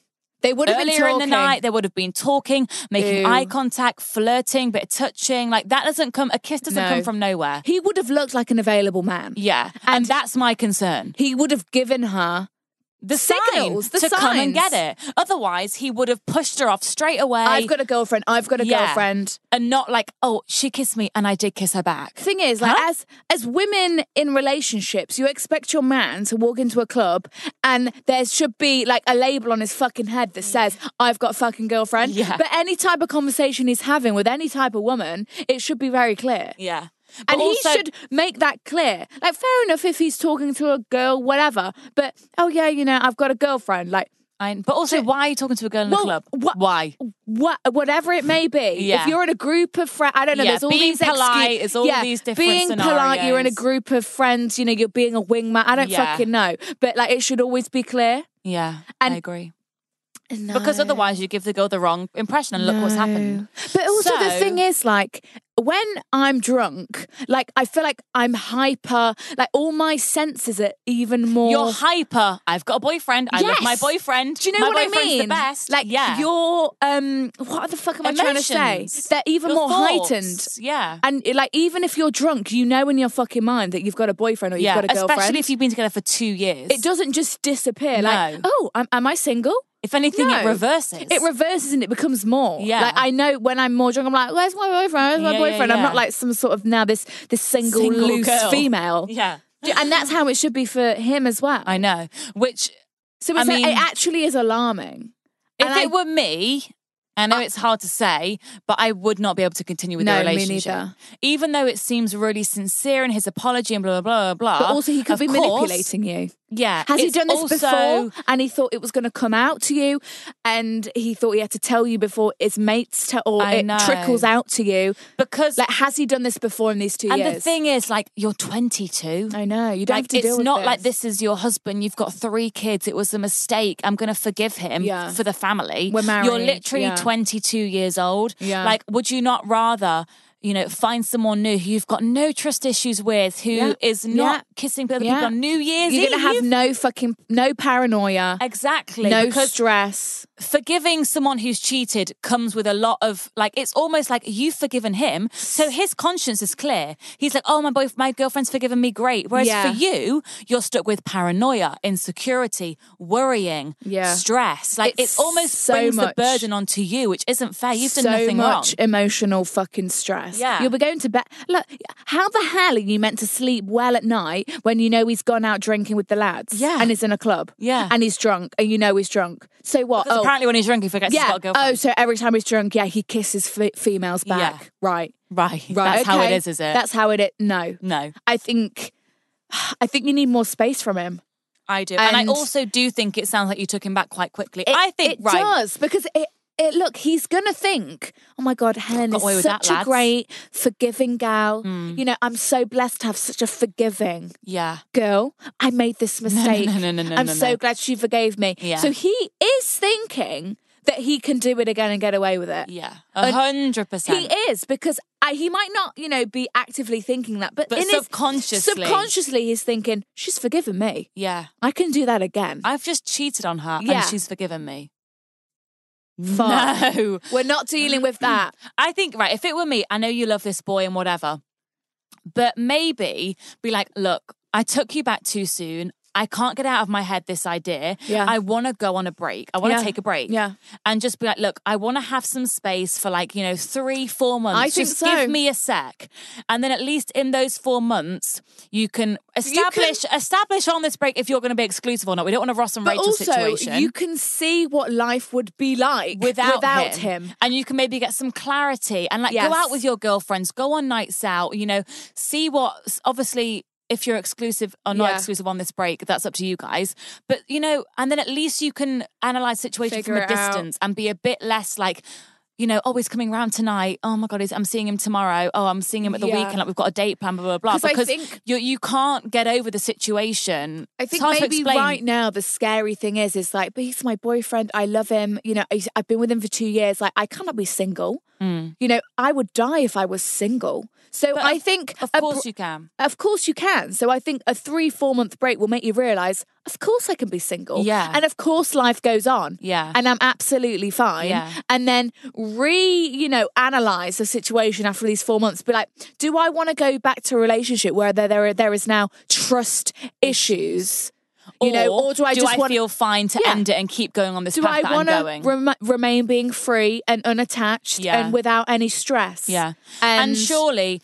Speaker 2: They would have been
Speaker 3: earlier in
Speaker 2: talking.
Speaker 3: the night they would have been talking making
Speaker 2: Ew.
Speaker 3: eye contact flirting bit of touching like that doesn't come a kiss doesn't
Speaker 2: No.
Speaker 3: come from nowhere
Speaker 2: He would have looked like an available man.
Speaker 3: yeah and, that's my concern
Speaker 2: He would have given her
Speaker 3: the
Speaker 2: Signals,
Speaker 3: sign
Speaker 2: the
Speaker 3: to come and
Speaker 2: signs.
Speaker 3: get it otherwise he would have pushed her off straight away
Speaker 2: I've got a girlfriend. I've got a
Speaker 3: Yeah.
Speaker 2: girlfriend.
Speaker 3: and not like oh she kissed me and i did kiss her back
Speaker 2: Thing is, like
Speaker 3: Huh?
Speaker 2: as as women in relationships, you expect your man to walk into a club and there should be like a label on his fucking head that says, "I've got a fucking girlfriend."
Speaker 3: Yeah.
Speaker 2: But any type of conversation he's having with any type of woman, it should be very clear.
Speaker 3: yeah But
Speaker 2: And
Speaker 3: also-
Speaker 2: he should make that clear. Like, fair enough if he's talking to a girl, whatever. But oh yeah, you know, I've got a girlfriend. Like,
Speaker 3: I- but also why are you talking to a girl in the
Speaker 2: Well,
Speaker 3: club
Speaker 2: wha-
Speaker 3: why
Speaker 2: what whatever it may be.
Speaker 3: Yeah.
Speaker 2: If you're in a group of friends, I don't know.
Speaker 3: Yeah,
Speaker 2: there's all
Speaker 3: being
Speaker 2: these excu-
Speaker 3: polite is all
Speaker 2: yeah,
Speaker 3: these different
Speaker 2: being polite. You're in a
Speaker 3: scenarios.
Speaker 2: group of friends. You know, you're being a wingman. I don't
Speaker 3: Yeah.
Speaker 2: fucking know, but like it should always be clear.
Speaker 3: yeah i
Speaker 2: And-
Speaker 3: agree
Speaker 2: No.
Speaker 3: because otherwise you give the girl the wrong impression and look what's happened
Speaker 2: But also the
Speaker 3: So-
Speaker 2: thing is, like, when I'm drunk, like I feel like I'm hyper. Like all my senses are even more.
Speaker 3: You're hyper. I've got a boyfriend. I love my
Speaker 2: Yes.
Speaker 3: boyfriend.
Speaker 2: Do you know
Speaker 3: my
Speaker 2: what I
Speaker 3: boyfriend's
Speaker 2: mean?
Speaker 3: The best.
Speaker 2: Like
Speaker 3: yeah.
Speaker 2: your um, what the fuck am I trying to
Speaker 3: Emotions.
Speaker 2: say? They're even
Speaker 3: Your
Speaker 2: more
Speaker 3: thoughts.
Speaker 2: heightened.
Speaker 3: Yeah.
Speaker 2: And like, even if you're drunk, you know in your fucking mind that you've got a boyfriend or you've
Speaker 3: yeah.
Speaker 2: got a girlfriend.
Speaker 3: Especially if you've been together for two years.
Speaker 2: it doesn't just disappear. Like,
Speaker 3: No.
Speaker 2: oh, am, am I single?
Speaker 3: If anything,
Speaker 2: No.
Speaker 3: it reverses.
Speaker 2: It reverses and it becomes more.
Speaker 3: Yeah.
Speaker 2: Like I know when I'm more drunk, I'm like, where's my boyfriend? Where's my
Speaker 3: Yeah, yeah,
Speaker 2: boyfriend? I'm
Speaker 3: yeah.
Speaker 2: not like some sort of now this this single,
Speaker 3: Single
Speaker 2: loose
Speaker 3: girl.
Speaker 2: female.
Speaker 3: yeah.
Speaker 2: Do- And that's how it should be for him as well.
Speaker 3: I know. Which,
Speaker 2: so
Speaker 3: I
Speaker 2: it's like,
Speaker 3: mean-
Speaker 2: it actually is alarming.
Speaker 3: if
Speaker 2: And I-
Speaker 3: it were me, I know it's hard to say, but I would not be able to continue with
Speaker 2: No,
Speaker 3: the
Speaker 2: me
Speaker 3: relationship.
Speaker 2: neither.
Speaker 3: Even though it seems really sincere in his apology and blah blah blah blah.
Speaker 2: But also, he could
Speaker 3: Ah, of
Speaker 2: be
Speaker 3: course,
Speaker 2: manipulating you.
Speaker 3: Yeah.
Speaker 2: Has he
Speaker 3: it's
Speaker 2: done this
Speaker 3: also,
Speaker 2: before? And he thought it was going to come out to you, and he thought he had to tell you before his mates tell, or
Speaker 3: I
Speaker 2: it
Speaker 3: know.
Speaker 2: trickles out to you.
Speaker 3: Because
Speaker 2: Like, has he done this before in these two
Speaker 3: and
Speaker 2: years?
Speaker 3: the thing is, like, you're 22.
Speaker 2: I know you don't
Speaker 3: like
Speaker 2: have to
Speaker 3: it's
Speaker 2: deal with
Speaker 3: not like this is your husband. You've got three kids. It was a mistake. I'm gonna forgive him
Speaker 2: Yeah.
Speaker 3: for the family.
Speaker 2: We're
Speaker 3: You're
Speaker 2: married,
Speaker 3: literally
Speaker 2: yeah.
Speaker 3: 22 years old.
Speaker 2: Yeah.
Speaker 3: Like, would you not rather? You know, find someone new who you've got no trust issues with, who
Speaker 2: Yeah.
Speaker 3: is not
Speaker 2: Yeah.
Speaker 3: kissing other
Speaker 2: Yeah.
Speaker 3: people on New Year's
Speaker 2: You're
Speaker 3: Eve.
Speaker 2: gonna have no fucking no paranoia,
Speaker 3: exactly
Speaker 2: no
Speaker 3: because
Speaker 2: stress.
Speaker 3: forgiving someone who's cheated comes with a lot of like it's almost like you've forgiven him so his conscience is clear he's like oh my boy my girlfriend's forgiven me great whereas
Speaker 2: Yeah.
Speaker 3: for you you're stuck with paranoia insecurity worrying
Speaker 2: Yeah.
Speaker 3: stress like
Speaker 2: It's
Speaker 3: it almost
Speaker 2: so
Speaker 3: brings
Speaker 2: much-
Speaker 3: the burden onto you which isn't fair you've done
Speaker 2: so
Speaker 3: nothing wrong
Speaker 2: much emotional fucking stress.
Speaker 3: Yeah.
Speaker 2: You'll be going to bed. Look, how the hell are you meant to sleep well at night when you know he's gone out drinking with the lads?
Speaker 3: Yeah.
Speaker 2: And is in a club.
Speaker 3: Yeah.
Speaker 2: And he's drunk and you know he's drunk. So what?
Speaker 3: because apparently when he's drunk he forgets he's
Speaker 2: Oh. yeah.
Speaker 3: got a girlfriend
Speaker 2: Oh, so every time he's drunk, yeah, he kisses f- females
Speaker 3: Yeah.
Speaker 2: back. Right.
Speaker 3: right
Speaker 2: Oh. Right.
Speaker 3: that's how it
Speaker 2: okay.
Speaker 3: is is it
Speaker 2: That's how it is. No.
Speaker 3: no
Speaker 2: I think. I think you need more space from him.
Speaker 3: I do, and,
Speaker 2: And-
Speaker 3: I also do think it sounds like you took him back quite quickly.
Speaker 2: It-
Speaker 3: I think
Speaker 2: it
Speaker 3: right,
Speaker 2: does because it. It look, he's gonna think, oh my god, Helen
Speaker 3: Got
Speaker 2: is
Speaker 3: away
Speaker 2: such
Speaker 3: with that,
Speaker 2: a
Speaker 3: lads." Hmm.
Speaker 2: great, forgiving gal. You know, I'm so blessed to have such a forgiving
Speaker 3: yeah,
Speaker 2: girl. I made this mistake.
Speaker 3: no, no, no, no,
Speaker 2: I'm
Speaker 3: no,
Speaker 2: so
Speaker 3: no.
Speaker 2: glad she forgave me.
Speaker 3: Yeah.
Speaker 2: So he is thinking that he can do it again and get away with it.
Speaker 3: yeah, a hundred
Speaker 2: He
Speaker 3: percent.
Speaker 2: is because I, he might not, you know, be actively thinking that, but,
Speaker 3: But
Speaker 2: in
Speaker 3: subconsciously.
Speaker 2: his, subconsciously, he's thinking she's forgiven me.
Speaker 3: Yeah.
Speaker 2: I can do that again.
Speaker 3: I've just cheated on her
Speaker 2: Yeah.
Speaker 3: and she's forgiven me.
Speaker 2: Fuck.
Speaker 3: No.
Speaker 2: We're not dealing with that.
Speaker 3: I think, right, if it were me, I know you love this boy and whatever, but maybe be like, look, I took you back too soon. I can't get out of my head this idea.
Speaker 2: Yeah.
Speaker 3: I want to go on a break. I want to
Speaker 2: Yeah.
Speaker 3: take a break.
Speaker 2: Yeah.
Speaker 3: And just be like, look, I want to have some space for like, you know, three, four months.
Speaker 2: think
Speaker 3: just
Speaker 2: so.
Speaker 3: give me a sec. And then at least in those four months, you can establish establish on this break if you're going to be exclusive or not. We don't want a Ross and
Speaker 2: But
Speaker 3: Rachel
Speaker 2: also,
Speaker 3: situation.
Speaker 2: you can see what life would be like
Speaker 3: without,
Speaker 2: him.
Speaker 3: And you can maybe get some clarity and like
Speaker 2: Yes.
Speaker 3: go out with your girlfriends, go on nights out, you know, see what obviously if you're exclusive or not
Speaker 2: Yeah.
Speaker 3: exclusive on this break, that's up to you guys. But you know, and then at least you can analyze situation
Speaker 2: Figure
Speaker 3: from a
Speaker 2: it out.
Speaker 3: distance and be a bit less like. You know, oh, he's coming round tonight. Oh my God, he's, I'm seeing him tomorrow. Oh, I'm seeing him at the
Speaker 2: Yeah.
Speaker 3: weekend. Like, we've got a date plan, blah, blah, blah.
Speaker 2: 'Cause I
Speaker 3: Because
Speaker 2: think-
Speaker 3: you, you can't get over the situation.
Speaker 2: I
Speaker 3: It's
Speaker 2: think
Speaker 3: hard to
Speaker 2: maybe
Speaker 3: explain.
Speaker 2: right now the scary thing is, is like, but he's my boyfriend. I love him. You know, I, I've been with him for two years. Like, I cannot be single. You know, I would die if I was single. So
Speaker 3: But
Speaker 2: I
Speaker 3: of-
Speaker 2: think,
Speaker 3: Of
Speaker 2: a
Speaker 3: course
Speaker 2: br-
Speaker 3: you can.
Speaker 2: of course you can. So I think a three, four month break will make you realize, of course I can be single.
Speaker 3: Yeah.
Speaker 2: And of course life goes on.
Speaker 3: Yeah.
Speaker 2: And I'm absolutely fine.
Speaker 3: Yeah.
Speaker 2: And then re, you know, analyze the situation after these four months. Be like, do I want to go back to a relationship where there, there, there is now trust issues? You know, or do I just want
Speaker 3: feel fine to
Speaker 2: Yeah.
Speaker 3: end it and keep going on this
Speaker 2: do
Speaker 3: path
Speaker 2: I
Speaker 3: that I'm
Speaker 2: want to
Speaker 3: going?
Speaker 2: rem- remain being free and unattached
Speaker 3: Yeah.
Speaker 2: and without any stress?
Speaker 3: yeah, and,
Speaker 2: And,
Speaker 3: surely,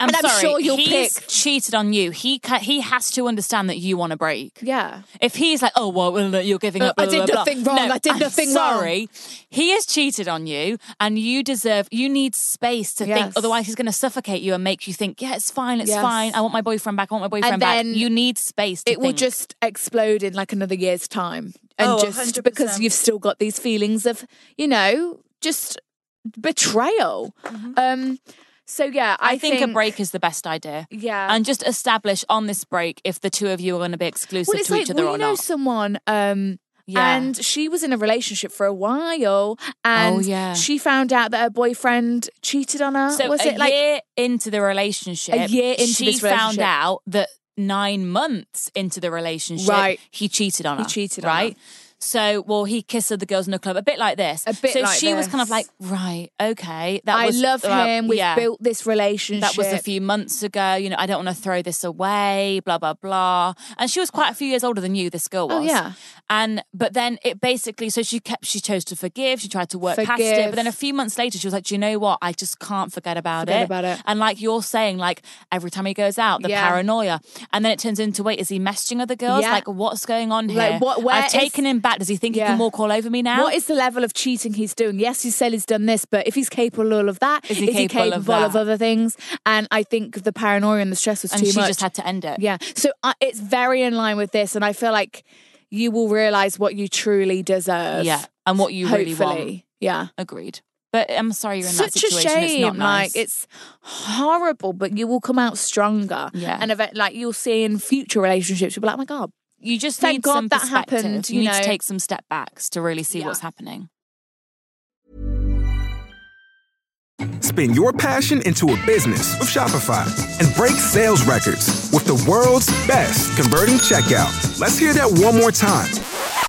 Speaker 3: I'm
Speaker 2: and I'm
Speaker 3: sorry,
Speaker 2: sure you'll
Speaker 3: he's
Speaker 2: pick-
Speaker 3: cheated on you. He ca he has to understand that you want a break.
Speaker 2: Yeah.
Speaker 3: If he's like, oh well, well, look, you're giving
Speaker 2: Uh,
Speaker 3: up. blah,
Speaker 2: I did
Speaker 3: blah, blah,
Speaker 2: nothing
Speaker 3: blah."
Speaker 2: wrong,
Speaker 3: No,
Speaker 2: I did
Speaker 3: I'm
Speaker 2: nothing wrong.
Speaker 3: sorry. he has cheated on you, and you deserve. You need space to
Speaker 2: Yes.
Speaker 3: think. Otherwise, he's going to suffocate you and make you think, yeah, it's fine, it's
Speaker 2: Yes.
Speaker 3: fine. I want my boyfriend back. I want my boyfriend back.
Speaker 2: then
Speaker 3: You need space. To
Speaker 2: it will
Speaker 3: think.
Speaker 2: just explode in like another year's time and
Speaker 3: Oh,
Speaker 2: just
Speaker 3: 100%.
Speaker 2: because you've still got these feelings of you know just betrayal um so yeah i,
Speaker 3: Mm-hmm. I think, a break is the best idea.
Speaker 2: yeah
Speaker 3: and just establish on this break if the two of you are going to be exclusive
Speaker 2: well it's
Speaker 3: to
Speaker 2: like
Speaker 3: each other
Speaker 2: well,
Speaker 3: or
Speaker 2: you know
Speaker 3: not.
Speaker 2: someone um
Speaker 3: Yeah. Oh,
Speaker 2: And she was in a relationship for a while, and
Speaker 3: yeah.
Speaker 2: she found out that her boyfriend cheated on her.
Speaker 3: so
Speaker 2: uh, was
Speaker 3: a
Speaker 2: it like
Speaker 3: year into the relationship,
Speaker 2: A year into
Speaker 3: she
Speaker 2: this
Speaker 3: found
Speaker 2: relationship.
Speaker 3: out that nine months into the relationship,
Speaker 2: Right.
Speaker 3: he cheated on
Speaker 2: He
Speaker 3: her.
Speaker 2: cheated on her.
Speaker 3: right? So, well, he kissed other girls in the club, a bit like this.
Speaker 2: A bit
Speaker 3: so
Speaker 2: like
Speaker 3: she was kind of
Speaker 2: this.
Speaker 3: like, right, okay, that
Speaker 2: I
Speaker 3: was,
Speaker 2: love
Speaker 3: uh,
Speaker 2: him? We've
Speaker 3: yeah.
Speaker 2: built this relationship.
Speaker 3: That was a few months ago. You know, I don't want to throw this away, blah, blah, blah. And she was quite a few years older than you, this girl
Speaker 2: Oh,
Speaker 3: was.
Speaker 2: yeah.
Speaker 3: And, but then it basically, so she kept, she chose to forgive. She tried to work past it. But
Speaker 2: Forgive.
Speaker 3: then a few months later, she was like, do you know what? I just can't forget about
Speaker 2: Forget
Speaker 3: it.
Speaker 2: about it.
Speaker 3: And like you're saying, like every time he goes out, the
Speaker 2: Yeah.
Speaker 3: paranoia. And then it turns into, wait, is he messaging other girls?
Speaker 2: Yeah.
Speaker 3: Like, what's going on here?
Speaker 2: Like, what- where
Speaker 3: I've
Speaker 2: is-
Speaker 3: taken him back. Does he think he
Speaker 2: Yeah.
Speaker 3: can walk all over me now?
Speaker 2: What is the level of cheating he's doing? Yes, you said he's done this, but if he's capable of that,
Speaker 3: Is he capable of
Speaker 2: capable
Speaker 3: that?
Speaker 2: of other things? And I think the paranoia and the stress was
Speaker 3: and
Speaker 2: too
Speaker 3: she
Speaker 2: much.
Speaker 3: just had to end it.
Speaker 2: yeah, so uh, it's very in line with this, and I feel like you will realize what you truly deserve.
Speaker 3: Yeah. And what you
Speaker 2: hopefully,
Speaker 3: really want.
Speaker 2: yeah.
Speaker 3: Agreed. But I'm sorry you're in that
Speaker 2: Such a
Speaker 3: situation.
Speaker 2: shame.
Speaker 3: It's not nice.
Speaker 2: Like it's horrible, but you will come out stronger.
Speaker 3: Yeah.
Speaker 2: and event, like you'll see in future relationships, you'll be like, "Oh my god,
Speaker 3: you just
Speaker 2: thank
Speaker 3: need
Speaker 2: God
Speaker 3: some
Speaker 2: that
Speaker 3: perspective.
Speaker 2: happened,
Speaker 3: You,
Speaker 2: you
Speaker 3: need to
Speaker 2: know.
Speaker 3: take some step backs to really see
Speaker 2: Yeah.
Speaker 3: what's happening.
Speaker 4: Spin your passion into a business with Shopify and break sales records with the world's best converting checkout. Let's hear that one more time.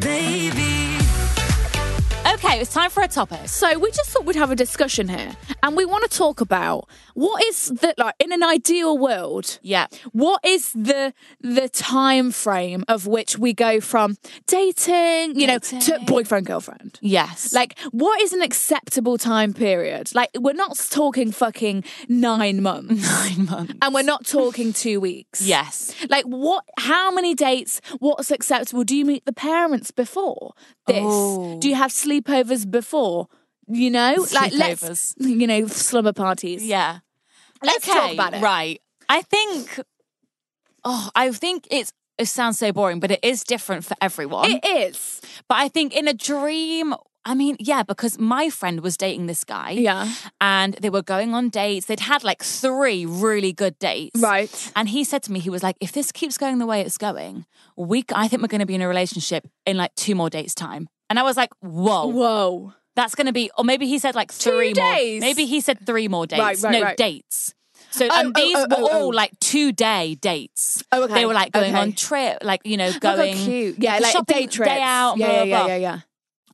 Speaker 1: Baby,
Speaker 3: Okay, it's time for a topic.
Speaker 2: So we just thought we'd have a discussion here, and we want to talk about what is the like in an ideal world.
Speaker 3: Yeah.
Speaker 2: What is the the time frame of which we go from dating, you know, to
Speaker 3: Dating.
Speaker 2: boyfriend girlfriend?
Speaker 3: Yes.
Speaker 2: Like, what is an acceptable time period? Like, we're not talking fucking nine months,
Speaker 3: nine months.
Speaker 2: and we're not talking two weeks.
Speaker 3: Yes.
Speaker 2: Like, what? How many dates? What's acceptable? Do you meet the parents before this?
Speaker 3: Oh.
Speaker 2: Do you have sleepovers before? You know, like
Speaker 3: Sleepovers.
Speaker 2: let's you know slumber parties.
Speaker 3: Yeah.
Speaker 2: Let's talk about it.
Speaker 3: Right. I think. Oh, I think it's. It sounds so boring, but it is different for everyone.
Speaker 2: It is.
Speaker 3: but I think in a dream I mean, yeah, because my friend was dating this guy.
Speaker 2: Yeah.
Speaker 3: And they were going on dates. They'd had like three really good dates.
Speaker 2: Right.
Speaker 3: And he said to me, he was like, if this keeps going the way it's going, we, c- I think we're going to be in a relationship in like two more dates' time. And I was like, whoa,
Speaker 2: Whoa.
Speaker 3: that's going to be, or maybe he said like
Speaker 2: Two
Speaker 3: three more.
Speaker 2: days?
Speaker 3: Maybe he said three more dates.
Speaker 2: Right, right,
Speaker 3: no,
Speaker 2: right.
Speaker 3: dates. So,
Speaker 2: Oh,
Speaker 3: and
Speaker 2: oh,
Speaker 3: these
Speaker 2: oh,
Speaker 3: were
Speaker 2: oh, oh.
Speaker 3: all like two day dates.
Speaker 2: Oh, okay,
Speaker 3: They were like going
Speaker 2: okay.
Speaker 3: on trip, like, you know,
Speaker 2: Look how
Speaker 3: going.
Speaker 2: cute. Yeah,
Speaker 3: a
Speaker 2: like
Speaker 3: shopping
Speaker 2: day trips.
Speaker 3: Day out,
Speaker 2: yeah,
Speaker 3: blah,
Speaker 2: yeah,
Speaker 3: blah,
Speaker 2: yeah,
Speaker 3: blah
Speaker 2: yeah, yeah.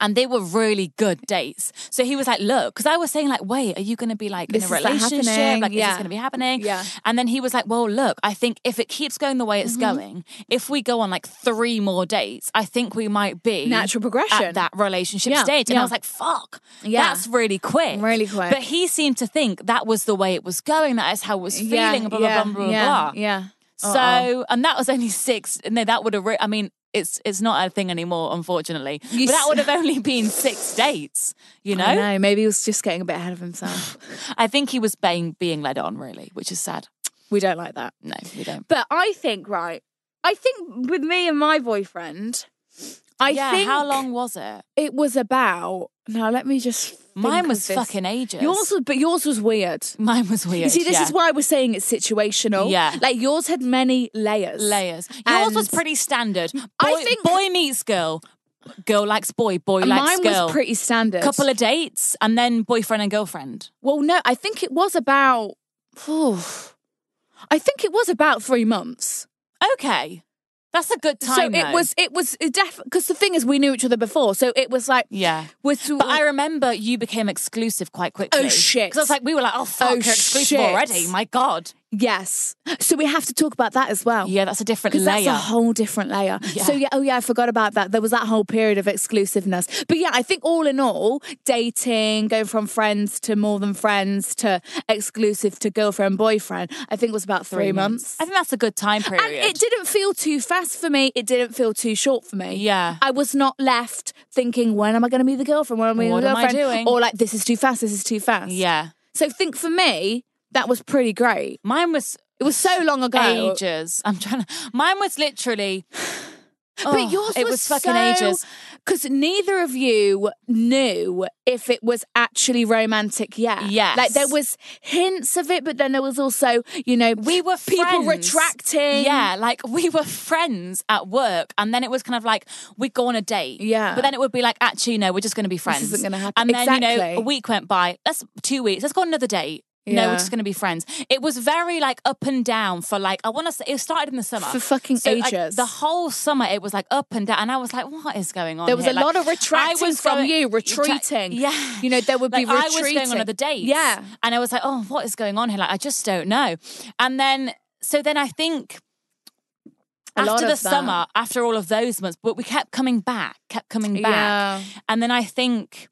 Speaker 3: and they were really good dates. So he was like, "Look," because I was saying like, "Wait, are you going to be like
Speaker 2: This is,
Speaker 3: in a
Speaker 2: like,
Speaker 3: relationship?
Speaker 2: happening.
Speaker 3: Like, is
Speaker 2: Yeah.
Speaker 3: this going to be happening?"
Speaker 2: Yeah.
Speaker 3: And then he was like, "Well, look, I think if it keeps going the way it's
Speaker 2: Mm-hmm.
Speaker 3: going, if we go on like three more dates, I think we might be
Speaker 2: Natural progression.
Speaker 3: at that relationship
Speaker 2: Yeah,
Speaker 3: stage." And
Speaker 2: yeah.
Speaker 3: I was like, "Fuck,
Speaker 2: Yeah.
Speaker 3: that's really quick,
Speaker 2: Really quick.
Speaker 3: But he seemed to think that was the way it was going. That is how it was feeling.
Speaker 2: Yeah,
Speaker 3: and blah,
Speaker 2: yeah,
Speaker 3: blah blah blah
Speaker 2: yeah,
Speaker 3: blah.
Speaker 2: Yeah. Uh-uh.
Speaker 3: So,
Speaker 2: Uh-oh.
Speaker 3: and that was only six. No, that would have. Re- I mean, it's it's not a thing anymore, unfortunately.
Speaker 2: You
Speaker 3: but
Speaker 2: s-
Speaker 3: that would have only been six dates. You know,
Speaker 2: I
Speaker 3: I,
Speaker 2: know. Maybe he was just getting a bit ahead of himself.
Speaker 3: think he was being being led on, really, which is sad.
Speaker 2: we don't like that.
Speaker 3: No, we don't.
Speaker 2: But I think, right, I think with me and my boyfriend, I
Speaker 3: yeah,
Speaker 2: think
Speaker 3: how long was it?
Speaker 2: it was about. Now, let me just. think
Speaker 3: Mine
Speaker 2: of
Speaker 3: was
Speaker 2: this.
Speaker 3: fucking ages.
Speaker 2: Yours was, but yours was weird.
Speaker 3: Mine was weird.
Speaker 2: You see, this
Speaker 3: yeah.
Speaker 2: is why we're saying it's situational.
Speaker 3: Yeah.
Speaker 2: Like yours had many layers.
Speaker 3: layers. Yours was
Speaker 2: And
Speaker 3: pretty standard. Boy,
Speaker 2: I think-
Speaker 3: boy meets girl, girl likes boy, boy
Speaker 2: And
Speaker 3: likes
Speaker 2: mine
Speaker 3: girl.
Speaker 2: was pretty standard.
Speaker 3: Couple of dates and then boyfriend and girlfriend.
Speaker 2: Well, no, I think it was about. Phew. I think it was about three months.
Speaker 3: Okay, that's a good time.
Speaker 2: so it
Speaker 3: though.
Speaker 2: was. It was definitely because the thing is, we knew each other before, so it was like
Speaker 3: Yeah.
Speaker 2: Was
Speaker 3: But I remember you became exclusive quite quickly.
Speaker 2: Oh, shit.
Speaker 3: Because I was like, we were like, oh fuck,
Speaker 2: Oh,
Speaker 3: you're exclusive
Speaker 2: shit.
Speaker 3: already. My god.
Speaker 2: yes. So we have to talk about that as well.
Speaker 3: Yeah, that's a different
Speaker 2: Because that's
Speaker 3: layer.
Speaker 2: a whole different layer.
Speaker 3: Yeah.
Speaker 2: So yeah, oh yeah, I forgot about that. There was that whole period of exclusiveness. But yeah, I think all in all, dating, going from friends to more than friends to exclusive to girlfriend, boyfriend, I think was about three, months.
Speaker 3: I think that's a good time period.
Speaker 2: And it didn't feel too fast for me. It didn't feel too short for me.
Speaker 3: Yeah.
Speaker 2: I was not left thinking, when am I going to meet the girlfriend? When am I going to meet
Speaker 3: What
Speaker 2: the
Speaker 3: am I
Speaker 2: girlfriend?
Speaker 3: doing?
Speaker 2: Or like, this is too fast. This is too fast.
Speaker 3: Yeah.
Speaker 2: So think for me, that was pretty great.
Speaker 3: Mine was
Speaker 2: It was so long ago.
Speaker 3: ages. I'm trying to. Mine was literally. Oh,
Speaker 2: but yours
Speaker 3: it was, fucking ages.
Speaker 2: Because neither of you knew if it was actually romantic yet.
Speaker 3: Yes.
Speaker 2: Like there was hints of it, but then there was also, you know,
Speaker 3: We were
Speaker 2: people
Speaker 3: friends.
Speaker 2: retracting.
Speaker 3: Yeah, like we were friends at work, and then it was kind of like we'd go on a date.
Speaker 2: Yeah.
Speaker 3: but then it would be like, actually, no, we're just going to be friends.
Speaker 2: isn't gonna happen.
Speaker 3: And then you know, a
Speaker 2: Exactly.
Speaker 3: week went by. Let's two weeks. Let's go on another date. No,
Speaker 2: Yeah.
Speaker 3: we're just going to be friends. It was very like up and down for like I want to say it started in the summer
Speaker 2: For fucking
Speaker 3: So, like,
Speaker 2: ages.
Speaker 3: the whole summer it was like up and down, and I was like, what is going on?
Speaker 2: There was
Speaker 3: here?
Speaker 2: a
Speaker 3: Like,
Speaker 2: lot of retracting
Speaker 3: I was
Speaker 2: from
Speaker 3: going-
Speaker 2: you,
Speaker 3: retract-
Speaker 2: retreating.
Speaker 3: yeah,
Speaker 2: You know, there would be
Speaker 3: like, I was going
Speaker 2: retreating.
Speaker 3: on another date.
Speaker 2: Yeah.
Speaker 3: and I was like, oh, what is going on here? Like, I just don't know. And then so then I think
Speaker 2: A lot
Speaker 3: after the
Speaker 2: of that.
Speaker 3: summer, after all of those months, but we kept coming back, kept coming
Speaker 2: Yeah.
Speaker 3: back. And then I think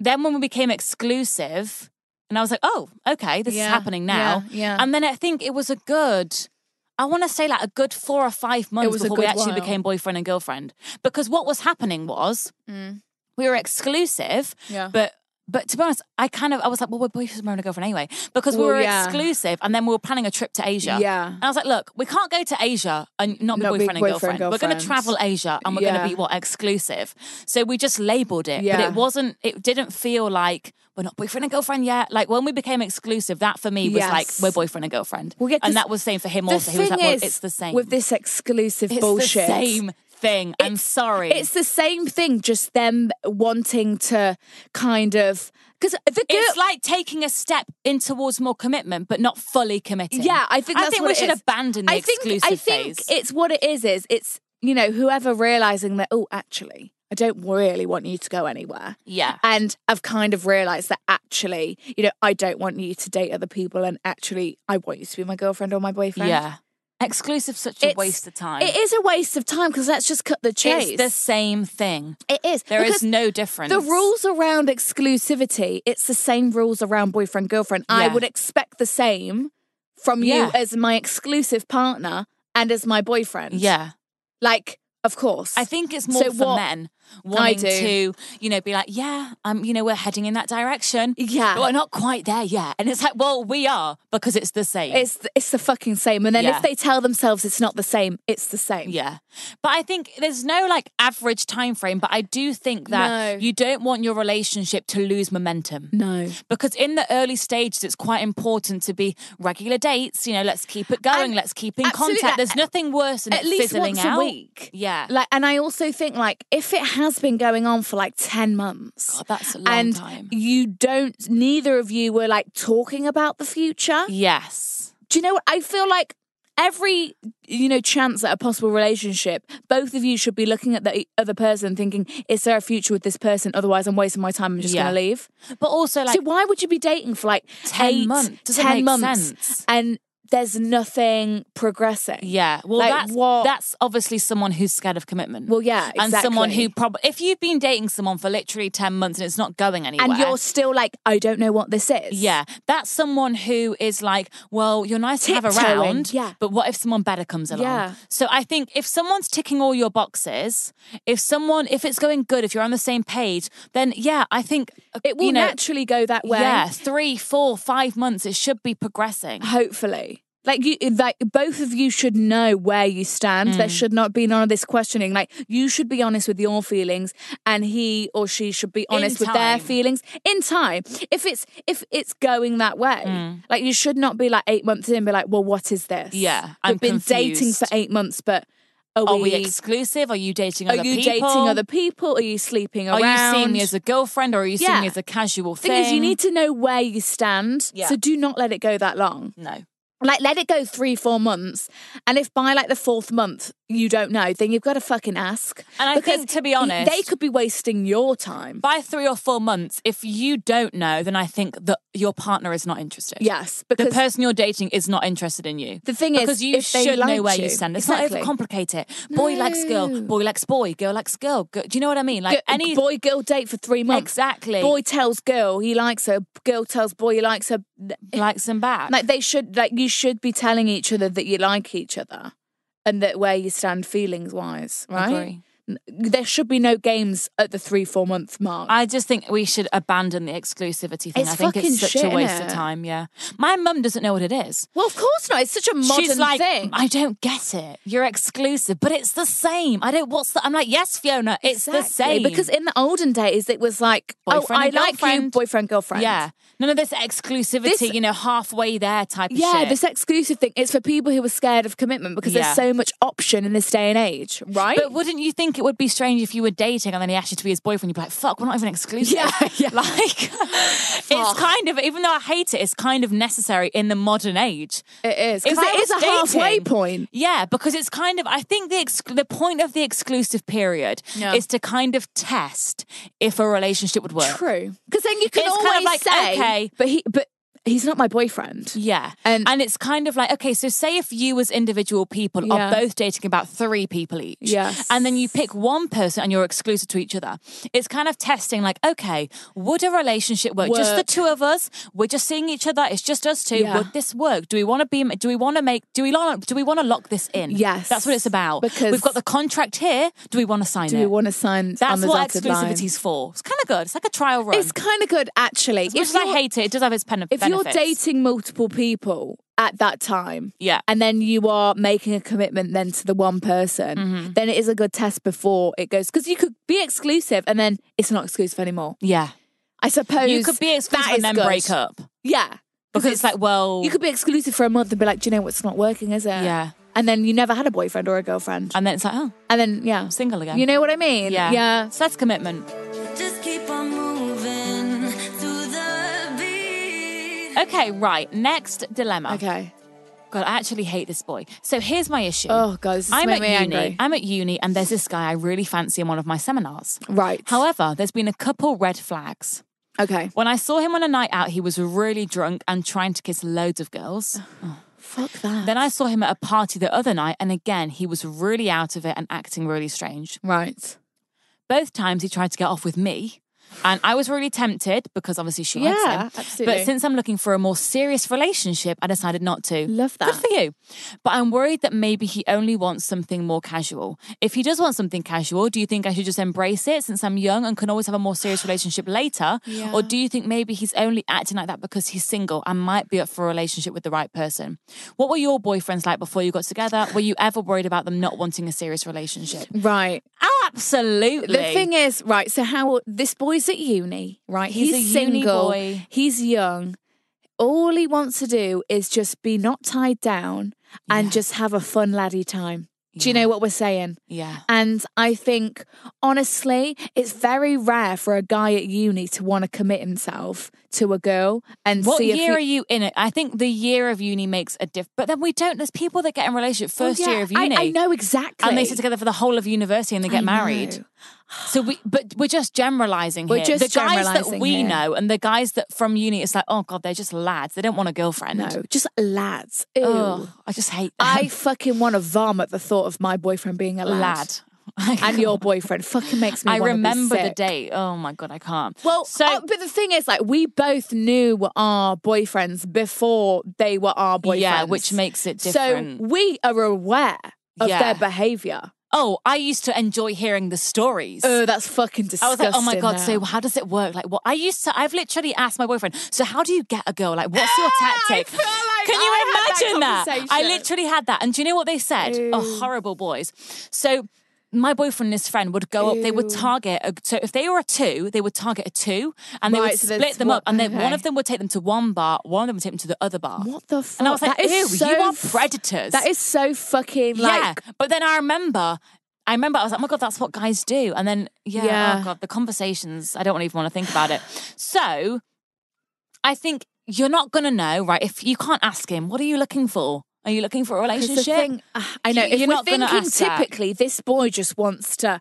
Speaker 3: then when we became exclusive, and I was like, oh, okay, this
Speaker 2: Yeah,
Speaker 3: is happening now.
Speaker 2: yeah, yeah.
Speaker 3: And then I think it was a good. I want to say like a good four or five months
Speaker 2: was a
Speaker 3: before we
Speaker 2: good
Speaker 3: actually
Speaker 2: while.
Speaker 3: became boyfriend and girlfriend. Because what was happening was we were exclusive,
Speaker 2: Yeah.
Speaker 3: but but to be honest, I kind of I was like, well, we're boyfriend and girlfriend anyway because we
Speaker 2: Well,
Speaker 3: were
Speaker 2: yeah.
Speaker 3: exclusive, and then we were planning a trip to Asia.
Speaker 2: Yeah.
Speaker 3: and I was like, look, we can't go to Asia and not be
Speaker 2: Not be
Speaker 3: boyfriend, and
Speaker 2: boyfriend,
Speaker 3: girlfriend. We're going to
Speaker 2: girlfriend.
Speaker 3: travel Asia, and we're
Speaker 2: Yeah.
Speaker 3: going to be what exclusive. So we just labeled it, but
Speaker 2: Yeah.
Speaker 3: it wasn't. It didn't feel like we're not boyfriend and girlfriend yet. Like when we became exclusive, that for me was like
Speaker 2: Yes.
Speaker 3: we're boyfriend and girlfriend,
Speaker 2: Well, yeah, 'cause
Speaker 3: and that was the same for him
Speaker 2: The
Speaker 3: also. He was
Speaker 2: thing
Speaker 3: like, well,
Speaker 2: is,
Speaker 3: it's the same
Speaker 2: With this exclusive
Speaker 3: it's
Speaker 2: bullshit.
Speaker 3: the same thing. I'm sorry.
Speaker 2: It's the same thing, just them wanting to kind of because the girl.
Speaker 3: It's like taking a step in towards more commitment, but not fully committing.
Speaker 2: yeah, I think that's
Speaker 3: I think
Speaker 2: what
Speaker 3: we
Speaker 2: it
Speaker 3: should
Speaker 2: is.
Speaker 3: abandon the
Speaker 2: I think,
Speaker 3: exclusive
Speaker 2: I think
Speaker 3: phase.
Speaker 2: it's what it is. Is it's you know whoever realizing that oh actually I don't really want you to go anywhere.
Speaker 3: yeah,
Speaker 2: And I've kind of realized that actually, you know, I don't want you to date other people, and actually, I want you to be my girlfriend or my boyfriend.
Speaker 3: yeah. Exclusive, such a
Speaker 2: It's-
Speaker 3: waste of time.
Speaker 2: It is a waste of time because let's just cut the chase.
Speaker 3: It's the same thing.
Speaker 2: It is.
Speaker 3: There is
Speaker 2: because
Speaker 3: no difference.
Speaker 2: The rules around exclusivity, it's the same rules around boyfriend girlfriend. I
Speaker 3: Yeah.
Speaker 2: would expect the same from
Speaker 3: Yeah.
Speaker 2: you as my exclusive partner and as my boyfriend.
Speaker 3: Yeah,
Speaker 2: Like, of course.
Speaker 3: I think it's more
Speaker 2: So
Speaker 3: for
Speaker 2: what-
Speaker 3: men. wanting
Speaker 2: do.
Speaker 3: to, you know, be like, yeah, um, you know, we're heading in that direction.
Speaker 2: Yeah.
Speaker 3: But we're not quite there yet. And it's like, well, we are because it's the same.
Speaker 2: It's th- it's the fucking same. And then
Speaker 3: Yeah.
Speaker 2: if they tell themselves it's not the same, it's the same.
Speaker 3: Yeah. But I think there's no like average time frame, but I do think that
Speaker 2: No.
Speaker 3: you don't want your relationship to lose momentum.
Speaker 2: No.
Speaker 3: Because in the early stages, it's quite important to be regular dates. You know, let's keep it going.
Speaker 2: And-
Speaker 3: let's keep in
Speaker 2: absolutely,
Speaker 3: contact.
Speaker 2: a-
Speaker 3: There's nothing worse than
Speaker 2: At
Speaker 3: it
Speaker 2: least
Speaker 3: fizzling
Speaker 2: once
Speaker 3: out.
Speaker 2: a week.
Speaker 3: Yeah.
Speaker 2: Like, and I also think like if it has been going on for like ten months,
Speaker 3: God, that's a long
Speaker 2: and
Speaker 3: time.
Speaker 2: you don't, neither of you were like talking about the future.
Speaker 3: yes.
Speaker 2: Do you know what? I feel like every you know chance at a possible relationship, both of you should be looking at the other person, thinking, "Is there a future with this person? Otherwise, I'm wasting my time. I'm just
Speaker 3: Yeah.
Speaker 2: going to leave."
Speaker 3: But also, like,
Speaker 2: so why would you be dating for like
Speaker 3: 10
Speaker 2: eight,
Speaker 3: months? Doesn't
Speaker 2: 10
Speaker 3: make
Speaker 2: months
Speaker 3: sense.
Speaker 2: and there's nothing progressing?
Speaker 3: yeah. Well,
Speaker 2: Like,
Speaker 3: that's,
Speaker 2: what-
Speaker 3: that's obviously someone who's scared of commitment.
Speaker 2: Well, yeah,
Speaker 3: And someone
Speaker 2: exactly.
Speaker 3: who probably, if you've been dating someone for literally 10 months and it's not going anywhere.
Speaker 2: And you're still like, I don't know what this is.
Speaker 3: Yeah, that's someone who is like, well, you're nice to have
Speaker 2: Tiptoeing,
Speaker 3: around,
Speaker 2: yeah.
Speaker 3: but what if someone better comes along?
Speaker 2: Yeah.
Speaker 3: So I think if someone's ticking all your boxes, if someone, if it's going good, if you're on the same page, then yeah, I think uh,
Speaker 2: It will
Speaker 3: you know,
Speaker 2: naturally go that way.
Speaker 3: Yeah, three, four, five months, it should be progressing.
Speaker 2: Hopefully. Like you like both of you should know where you stand.
Speaker 3: Mm.
Speaker 2: There should not be none of this questioning. Like you should be honest with your feelings and he or she should be honest with their
Speaker 3: time.
Speaker 2: feelings in time. If it's if it's going that way. Like you should not be like eight months in and be like, Well, what is this?
Speaker 3: Mm. Yeah,
Speaker 2: We've
Speaker 3: I'm
Speaker 2: been dating
Speaker 3: confused.
Speaker 2: for eight months, but are,
Speaker 3: Are we exclusive? Are you dating
Speaker 2: are
Speaker 3: other
Speaker 2: you
Speaker 3: people?
Speaker 2: dating other people? Are you sleeping
Speaker 3: Are
Speaker 2: around?
Speaker 3: you seeing me as a girlfriend or are you seeing
Speaker 2: Yeah.
Speaker 3: me as a casual thing?
Speaker 2: thing is you need to know where you stand
Speaker 3: Yeah.
Speaker 2: so do not let it go that long
Speaker 3: No.
Speaker 2: like let it go three four months and if by like the fourth month you don't know then you've got to fucking ask
Speaker 3: And I
Speaker 2: Because
Speaker 3: think, to be
Speaker 2: y- they
Speaker 3: honest-
Speaker 2: could be wasting your time
Speaker 3: By three or four months, if you don't know, then I think that your partner is not interested.
Speaker 2: yes
Speaker 3: the
Speaker 2: because
Speaker 3: person you're dating is not interested in you.
Speaker 2: The thing is,
Speaker 3: because you
Speaker 2: if they
Speaker 3: should know
Speaker 2: like
Speaker 3: where you,
Speaker 2: you-
Speaker 3: stand. It's
Speaker 2: Exactly.
Speaker 3: not overcomplicate it. Boy likes girl, boy likes boy, girl likes girl. Go- Do you know what I mean? Like
Speaker 2: g-
Speaker 3: any
Speaker 2: boy girl date for three months
Speaker 3: Exactly.
Speaker 2: boy tells girl he likes her girl tells boy he likes her
Speaker 3: likes and back.
Speaker 2: like they should like you should be telling each other that you like each other and that where you stand feelings wise right
Speaker 3: Agree.
Speaker 2: N- there should be no games at the three four month mark
Speaker 3: I just think we should abandon the exclusivity thing.
Speaker 2: It's
Speaker 3: I think
Speaker 2: fucking
Speaker 3: it's such
Speaker 2: shit,
Speaker 3: a waste
Speaker 2: innit?
Speaker 3: of time. Yeah, my mum doesn't know what it is.
Speaker 2: Well, of course not. It's such a modern
Speaker 3: She's like,
Speaker 2: thing.
Speaker 3: I don't get it. You're exclusive, but it's the same. I don't. What's the? I'm like, yes, Fiona, it's the
Speaker 2: Exactly,
Speaker 3: same
Speaker 2: Because in the olden days, it was like, oh,
Speaker 3: Boyfriend
Speaker 2: I
Speaker 3: and
Speaker 2: like you,
Speaker 3: girlfriend.
Speaker 2: boyfriend, girlfriend.
Speaker 3: yeah, none of this exclusivity.
Speaker 2: This-
Speaker 3: you know, halfway there type. of
Speaker 2: Yeah,
Speaker 3: shit.
Speaker 2: this exclusive thing. It's for people who are scared of commitment because
Speaker 3: Yeah.
Speaker 2: there's so much option in this day and age, right?
Speaker 3: But wouldn't you think it would be strange if you were dating and then he asked you to be his boyfriend? You'd be like, fuck, we're not even exclusive.
Speaker 2: Yeah, yeah.
Speaker 3: Like, it's kind of, even though I hate it, it's kind of necessary in the modern age.
Speaker 2: it is.
Speaker 3: If
Speaker 2: Because
Speaker 3: I
Speaker 2: it is a
Speaker 3: was
Speaker 2: halfway
Speaker 3: dating-
Speaker 2: point.
Speaker 3: Yeah, because it's kind of, I think the, ex- the point of the exclusive period
Speaker 2: Yeah.
Speaker 3: is to kind of test if a relationship would work.
Speaker 2: True. Because then you can
Speaker 3: It's
Speaker 2: always
Speaker 3: kind of like,
Speaker 2: say,
Speaker 3: okay.
Speaker 2: but, he, but he's not my boyfriend.
Speaker 3: Yeah.
Speaker 2: And-
Speaker 3: And, it's kind of like, okay, so say if you as individual people
Speaker 2: Yeah.
Speaker 3: are both dating about three people each.
Speaker 2: Yes.
Speaker 3: And then you pick one person and you're exclusive to each other. It's kind of testing like, okay, would a relationship work? Just the
Speaker 2: Work.
Speaker 3: two of us. We're just seeing each other. It's just us two.
Speaker 2: Yeah.
Speaker 3: Would this work? Do we want to be do we want to make do we lo- do we want to lock this in?
Speaker 2: Yes.
Speaker 3: That's what it's about.
Speaker 2: Because-
Speaker 3: we've got the contract here. Do we want to sign
Speaker 2: Do
Speaker 3: it?
Speaker 2: we want to sign on
Speaker 3: That's
Speaker 2: the
Speaker 3: what
Speaker 2: dotted line?
Speaker 3: exclusivity's for. It's kind of good. It's like a trial run.
Speaker 2: It's kind of good, actually.
Speaker 3: as much as I
Speaker 2: you're-
Speaker 3: hate it, it does have its pen-
Speaker 2: if
Speaker 3: benefits.
Speaker 2: you're dating multiple people at that time
Speaker 3: Yeah.
Speaker 2: and then you are making a commitment then to the one person
Speaker 3: Mm-hmm.
Speaker 2: then it is a good test before it goes because you could be exclusive and then it's not exclusive anymore
Speaker 3: yeah.
Speaker 2: i suppose
Speaker 3: You could be exclusive
Speaker 2: that is
Speaker 3: and then
Speaker 2: good.
Speaker 3: break up.
Speaker 2: yeah
Speaker 3: Because it's like, well,
Speaker 2: you could be exclusive for a month and be like do you know what's not working is it
Speaker 3: Yeah.
Speaker 2: and then you never had a boyfriend or a girlfriend
Speaker 3: and then it's like, oh,
Speaker 2: and then yeah
Speaker 3: single again.
Speaker 2: you know what i mean
Speaker 3: yeah,
Speaker 2: yeah
Speaker 3: So that's commitment.
Speaker 1: Just keep on moving to the beat.
Speaker 3: Okay, right. Next dilemma.
Speaker 2: okay
Speaker 3: God, I actually hate this boy. So here's my issue.
Speaker 2: Oh, God, this is
Speaker 3: I'm
Speaker 2: making
Speaker 3: at
Speaker 2: me
Speaker 3: uni.
Speaker 2: angry.
Speaker 3: I'm at uni, and there's this guy I really fancy in one of my seminars.
Speaker 2: right
Speaker 3: However, there's been a couple red flags.
Speaker 2: okay
Speaker 3: When I saw him on a night out, he was really drunk and trying to kiss loads of girls.
Speaker 2: fuck that
Speaker 3: Then I saw him at a party the other night, and again, he was really out of it and acting really strange.
Speaker 2: right
Speaker 3: Both times he tried to get off with me. And I was really tempted because obviously she likes
Speaker 2: Yeah,
Speaker 3: him.
Speaker 2: absolutely.
Speaker 3: But since I'm looking for a more serious relationship, I decided not to.
Speaker 2: Love
Speaker 3: Good
Speaker 2: that.
Speaker 3: for you. But I'm worried that maybe he only wants something more casual. If he does want something casual, do you think I should just embrace it since I'm young and can always have a more serious relationship later? Or do you think maybe he's only acting like that because he's single and might be up for a relationship with the right person? What were your boyfriends like before you got together? Were you ever worried about them not wanting a serious relationship?
Speaker 2: Right.
Speaker 3: Absolutely.
Speaker 2: The thing is, right, so how this boy's at uni, right?
Speaker 3: He's a uni
Speaker 2: single,
Speaker 3: boy.
Speaker 2: he's young. All he wants to do is just be not tied down and just have a fun laddie time. Do you know what we're saying?
Speaker 3: yeah.
Speaker 2: And I think, honestly, it's very rare for a guy at uni to want to commit himself to a girl and
Speaker 3: What
Speaker 2: see
Speaker 3: year
Speaker 2: if
Speaker 3: are
Speaker 2: he-
Speaker 3: you in it? I think the year of uni makes a diff. But then we don't. There's people that get in relationship
Speaker 2: Well,
Speaker 3: first
Speaker 2: Oh, yeah,
Speaker 3: year of
Speaker 2: I-
Speaker 3: uni,
Speaker 2: I, know exactly.
Speaker 3: and they sit together for the whole of university and they get
Speaker 2: I
Speaker 3: married.
Speaker 2: know.
Speaker 3: So we, but we're just generalizing
Speaker 2: We're
Speaker 3: here.
Speaker 2: just
Speaker 3: the guys that
Speaker 2: generalising
Speaker 3: we
Speaker 2: here.
Speaker 3: know and the guys that from uni, it's like, oh god, they're just lads. They don't want a girlfriend.
Speaker 2: No, just lads. Ew.
Speaker 3: Oh, I just hate them.
Speaker 2: I fucking want to vom at the thought of my boyfriend being a lad.
Speaker 3: lad.
Speaker 2: And your boyfriend fucking makes me.
Speaker 3: I
Speaker 2: wanna be
Speaker 3: remember the
Speaker 2: sick.
Speaker 3: date. Oh my god, I can't.
Speaker 2: Well,
Speaker 3: so
Speaker 2: uh, but the thing is, like, we both knew our boyfriends before they were our boyfriends.
Speaker 3: yeah, which makes it
Speaker 2: So
Speaker 3: different.
Speaker 2: we are aware of
Speaker 3: Yeah.
Speaker 2: their behavior.
Speaker 3: oh, I used to enjoy hearing the stories.
Speaker 2: Oh, that's fucking disgusting.
Speaker 3: I was like, oh my god! So
Speaker 2: now.
Speaker 3: how does it work? Like, what I used to, I've literally asked my boyfriend. So how do you get a girl? Like, what's your
Speaker 2: Ah, I
Speaker 3: tactic?
Speaker 2: feel like
Speaker 3: Can you
Speaker 2: I had that
Speaker 3: imagine that? I
Speaker 2: conversation.
Speaker 3: literally had that. And do you know what they said? Oh, horrible boys. So. My boyfriend and his friend would go up. They would target. A, so if they were a two, they would target a two, and they
Speaker 2: Right,
Speaker 3: would
Speaker 2: so
Speaker 3: split
Speaker 2: that's
Speaker 3: them
Speaker 2: what-
Speaker 3: up. And then one
Speaker 2: okay.
Speaker 3: of them would take them to one bar, one of them would take them to the other bar.
Speaker 2: What the fuck?
Speaker 3: And I was like,
Speaker 2: That is
Speaker 3: "Ew, you
Speaker 2: so
Speaker 3: are
Speaker 2: f-
Speaker 3: predators."
Speaker 2: That is so fucking
Speaker 3: yeah,
Speaker 2: like.
Speaker 3: but then I remember, I remember I was like, oh my god, that's what guys do. And then yeah,
Speaker 2: Yeah.
Speaker 3: oh god, the conversations. I don't even want to think about it. So I think you're not gonna know, right? If you can't ask him, what are you looking for? Are you looking for a
Speaker 2: 'cause the
Speaker 3: relationship?
Speaker 2: thing- ah, I know.
Speaker 3: You-
Speaker 2: if
Speaker 3: you're
Speaker 2: we're
Speaker 3: not gonna
Speaker 2: thinking
Speaker 3: ask that.
Speaker 2: typically, this boy just wants to,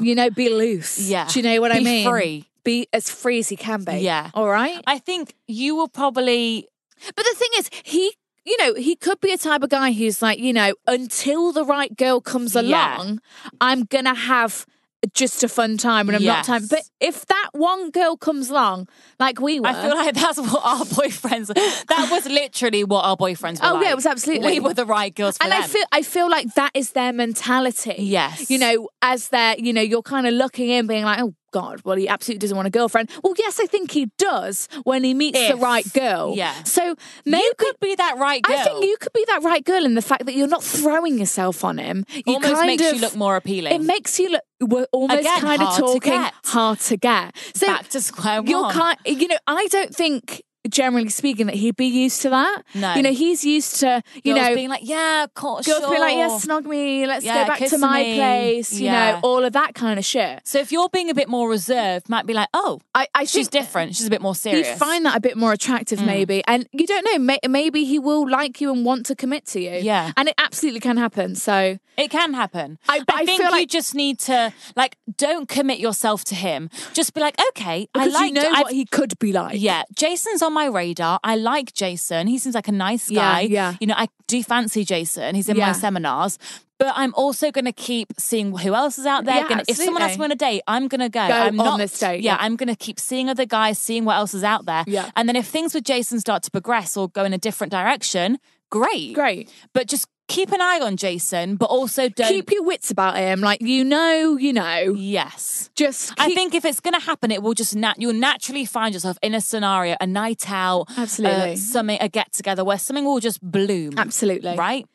Speaker 2: you know, be loose.
Speaker 3: Yeah.
Speaker 2: Do you know what I
Speaker 3: Be
Speaker 2: mean?
Speaker 3: free.
Speaker 2: Be as free as he can be.
Speaker 3: Yeah.
Speaker 2: All right.
Speaker 3: I think you will probably
Speaker 2: But the thing is, he, you know, he could be a type of guy who's like, you know, until the right girl comes
Speaker 3: Yeah.
Speaker 2: along, I'm gonna have just a fun time, and I'm
Speaker 3: Yes.
Speaker 2: not time. But if that one girl comes along, like we were,
Speaker 3: I feel like that's what our boyfriends that was literally what our boyfriends were
Speaker 2: Oh, yeah, it
Speaker 3: like.
Speaker 2: was absolutely-
Speaker 3: we were the right girls for
Speaker 2: and I
Speaker 3: them.
Speaker 2: feel I feel like that is their mentality.
Speaker 3: Yes.
Speaker 2: You know, as they're, you know, you're kind of looking in, being like, oh God, well, he absolutely doesn't want a girlfriend. Well, yes, I think he does when he meets the
Speaker 3: If.
Speaker 2: right girl.
Speaker 3: Yeah.
Speaker 2: So maybe
Speaker 3: you could be that right girl.
Speaker 2: I think you could be that right girl in the fact that you're not throwing yourself on him. You
Speaker 3: Almost
Speaker 2: kind
Speaker 3: makes you
Speaker 2: of-
Speaker 3: look more appealing.
Speaker 2: It makes you look we're almost
Speaker 3: Again,
Speaker 2: kind of
Speaker 3: hard to
Speaker 2: talking
Speaker 3: get.
Speaker 2: hard to get. So
Speaker 3: back to square one.
Speaker 2: you're kind, you know, I don't think. Generally speaking, that he'd be used to that.
Speaker 3: No.
Speaker 2: you know, he's used to you
Speaker 3: Girls
Speaker 2: know
Speaker 3: being like, yeah, of course,
Speaker 2: girls being like,
Speaker 3: sure."
Speaker 2: yeah, snog me, let's
Speaker 3: Yeah,
Speaker 2: go back to
Speaker 3: kiss
Speaker 2: my
Speaker 3: me."
Speaker 2: place, you
Speaker 3: Yeah.
Speaker 2: know, all of that kind of shit.
Speaker 3: So if you're being a bit more reserved, might be like, oh,
Speaker 2: I, I
Speaker 3: she's
Speaker 2: think
Speaker 3: different. She's a bit more serious. Mm.
Speaker 2: He'd find that a bit more attractive, maybe. And you don't know, may, maybe he will like you and want to commit to you.
Speaker 3: Yeah.
Speaker 2: And it absolutely can happen. So,
Speaker 3: it can happen.
Speaker 2: I- but I
Speaker 3: think
Speaker 2: feel
Speaker 3: you
Speaker 2: like-
Speaker 3: just need to like don't commit yourself to him. Just be like, okay,
Speaker 2: because
Speaker 3: I like.
Speaker 2: you know what he could be like.
Speaker 3: yeah, Jason's on my radar. I like Jason. He seems like a nice
Speaker 2: Yeah,
Speaker 3: guy.
Speaker 2: yeah.
Speaker 3: You know, I do fancy Jason. He's in my
Speaker 2: Yeah.
Speaker 3: seminars. But I'm also going to keep seeing who else is out there.
Speaker 2: Yeah,
Speaker 3: Gonna- if someone asks
Speaker 2: absolutely.
Speaker 3: me on a date, I'm going to go.
Speaker 2: Go
Speaker 3: I'm
Speaker 2: on
Speaker 3: not,
Speaker 2: this date,
Speaker 3: Yeah,
Speaker 2: yeah.
Speaker 3: I'm going to keep seeing other guys, seeing what else is out there.
Speaker 2: Yeah.
Speaker 3: And then if things with Jason start to progress or go in a different direction, great.
Speaker 2: Great.
Speaker 3: But just keep an eye on Jason, but also don't.
Speaker 2: Keep your wits about him. Like, you know, you know.
Speaker 3: yes.
Speaker 2: Just keep,
Speaker 3: I think if it's going to happen, it will just nat- you'll naturally find yourself in a scenario, a night out,
Speaker 2: Absolutely.
Speaker 3: uh, something, a get together where something will just bloom.
Speaker 2: Absolutely.
Speaker 3: right.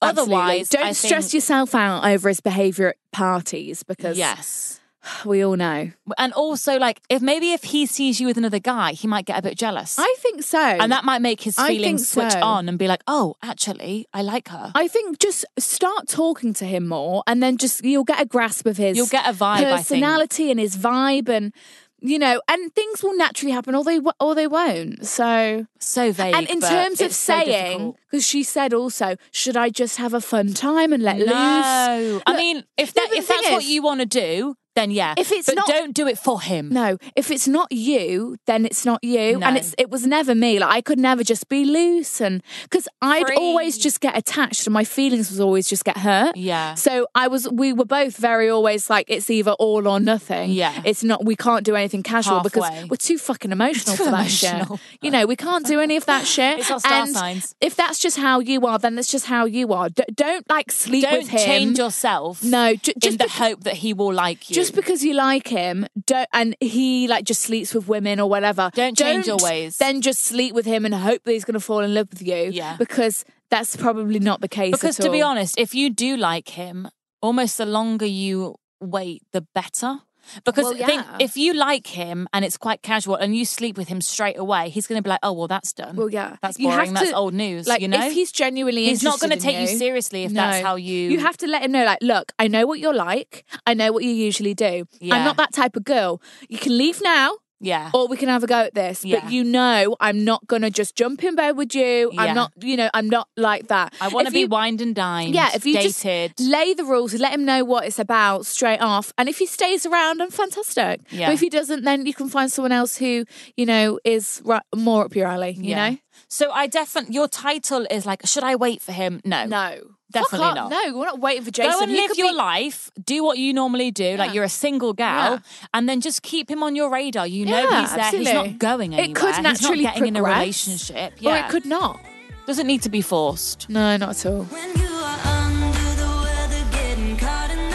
Speaker 2: Absolutely.
Speaker 3: Otherwise,
Speaker 2: don't
Speaker 3: I
Speaker 2: stress
Speaker 3: think-
Speaker 2: yourself out over his behavior at parties because
Speaker 3: Yes,
Speaker 2: we all know.
Speaker 3: and also like if maybe if he sees you with another guy, he might get a bit jealous,
Speaker 2: I think so.
Speaker 3: and that might make his
Speaker 2: I
Speaker 3: feelings
Speaker 2: think
Speaker 3: switch
Speaker 2: so.
Speaker 3: on and be like, oh, actually, I like her.
Speaker 2: I think just start talking to him more, and then just you'll get a grasp of his.
Speaker 3: You'll get a vibe, I think.
Speaker 2: personality, and his vibe, and you know, and things will naturally happen, or they wo- or they won't. So,
Speaker 3: so vague.
Speaker 2: and in
Speaker 3: but
Speaker 2: terms of
Speaker 3: it's so
Speaker 2: saying,
Speaker 3: difficult.
Speaker 2: because she said also, should I just have a fun time and let
Speaker 3: no,
Speaker 2: loose?
Speaker 3: I
Speaker 2: Look,
Speaker 3: mean, if
Speaker 2: no,
Speaker 3: that
Speaker 2: but
Speaker 3: if
Speaker 2: the thing
Speaker 3: that's what
Speaker 2: is-
Speaker 3: you want to do, then yeah.
Speaker 2: If it's
Speaker 3: but
Speaker 2: not-
Speaker 3: don't do it for him.
Speaker 2: No, if it's not you, then it's not you,
Speaker 3: No.
Speaker 2: and it's it was never me. Like I could never just be loose, and because I'd
Speaker 3: Free.
Speaker 2: always just get attached, and my feelings was always just get hurt.
Speaker 3: Yeah.
Speaker 2: So I was, we were both very always like it's either all or nothing.
Speaker 3: Yeah.
Speaker 2: It's not. We can't do anything casual
Speaker 3: Halfway.
Speaker 2: because we're too fucking emotional
Speaker 3: Too
Speaker 2: for that
Speaker 3: emotional.
Speaker 2: shit. You know, we can't do any of that shit.
Speaker 3: It's our star
Speaker 2: and
Speaker 3: signs.
Speaker 2: If that's just how you are, then that's just how you are. D- don't like sleep
Speaker 3: Don't
Speaker 2: with him.
Speaker 3: change yourself.
Speaker 2: No, ju-
Speaker 3: in
Speaker 2: just
Speaker 3: the
Speaker 2: bec-
Speaker 3: hope that he will like you.
Speaker 2: just because you like him don't and he like just sleeps with women or whatever
Speaker 3: Don't change your ways.
Speaker 2: then just sleep with him and hope that he's going to fall in love with you
Speaker 3: Yeah.
Speaker 2: because that's probably not the case
Speaker 3: because
Speaker 2: at
Speaker 3: to be
Speaker 2: all.
Speaker 3: honest, if you do like him, almost the longer you wait, the better. Because
Speaker 2: Well,
Speaker 3: think
Speaker 2: yeah.
Speaker 3: if you like him and it's quite casual and you sleep with him straight away, he's going to be like, "Oh, well, that's done.
Speaker 2: well yeah
Speaker 3: that's
Speaker 2: You have
Speaker 3: boring. That's
Speaker 2: to-
Speaker 3: old news."
Speaker 2: like
Speaker 3: you know,
Speaker 2: if he's genuinely
Speaker 3: He's not
Speaker 2: going to
Speaker 3: take you seriously if that's how you-
Speaker 2: you have to let him know like look i know what you're like i know what you usually do
Speaker 3: Yeah.
Speaker 2: i'm not that type of girl you can leave now
Speaker 3: yeah,
Speaker 2: or we can have a go at this.
Speaker 3: Yeah.
Speaker 2: But you know, I'm not gonna just jump in bed with you.
Speaker 3: Yeah.
Speaker 2: I'm not, you know, I'm not like that.
Speaker 3: I want to
Speaker 2: If
Speaker 3: be
Speaker 2: you-
Speaker 3: wined and dined.
Speaker 2: Yeah, if you
Speaker 3: dated,
Speaker 2: just lay the rules, let him know what it's about straight off, and if he stays around, I'm fantastic.
Speaker 3: Yeah.
Speaker 2: But if he doesn't, then you can find someone else who you know is ri- more up your alley. You
Speaker 3: Yeah.
Speaker 2: know,
Speaker 3: So I definitely your title is like, should I wait for him? No,
Speaker 2: no,
Speaker 3: Definitely
Speaker 2: Fuck
Speaker 3: not.
Speaker 2: off. No, we're not waiting for Jason.
Speaker 3: Go and
Speaker 2: He
Speaker 3: live
Speaker 2: could
Speaker 3: your
Speaker 2: be-
Speaker 3: life. Do what you normally do. Like
Speaker 2: Yeah.
Speaker 3: you're a single gal, and then just keep him on your radar. You know
Speaker 2: Yeah,
Speaker 3: he's there. He's
Speaker 2: absolutely.
Speaker 3: not going anywhere.
Speaker 2: It could
Speaker 3: he's not
Speaker 2: naturally
Speaker 3: getting in a
Speaker 2: progress,
Speaker 3: relationship.
Speaker 2: Or
Speaker 3: Yeah,
Speaker 2: it could not.
Speaker 3: doesn't need to be forced.
Speaker 2: No, not at all.
Speaker 1: When you are under the weather, getting caught in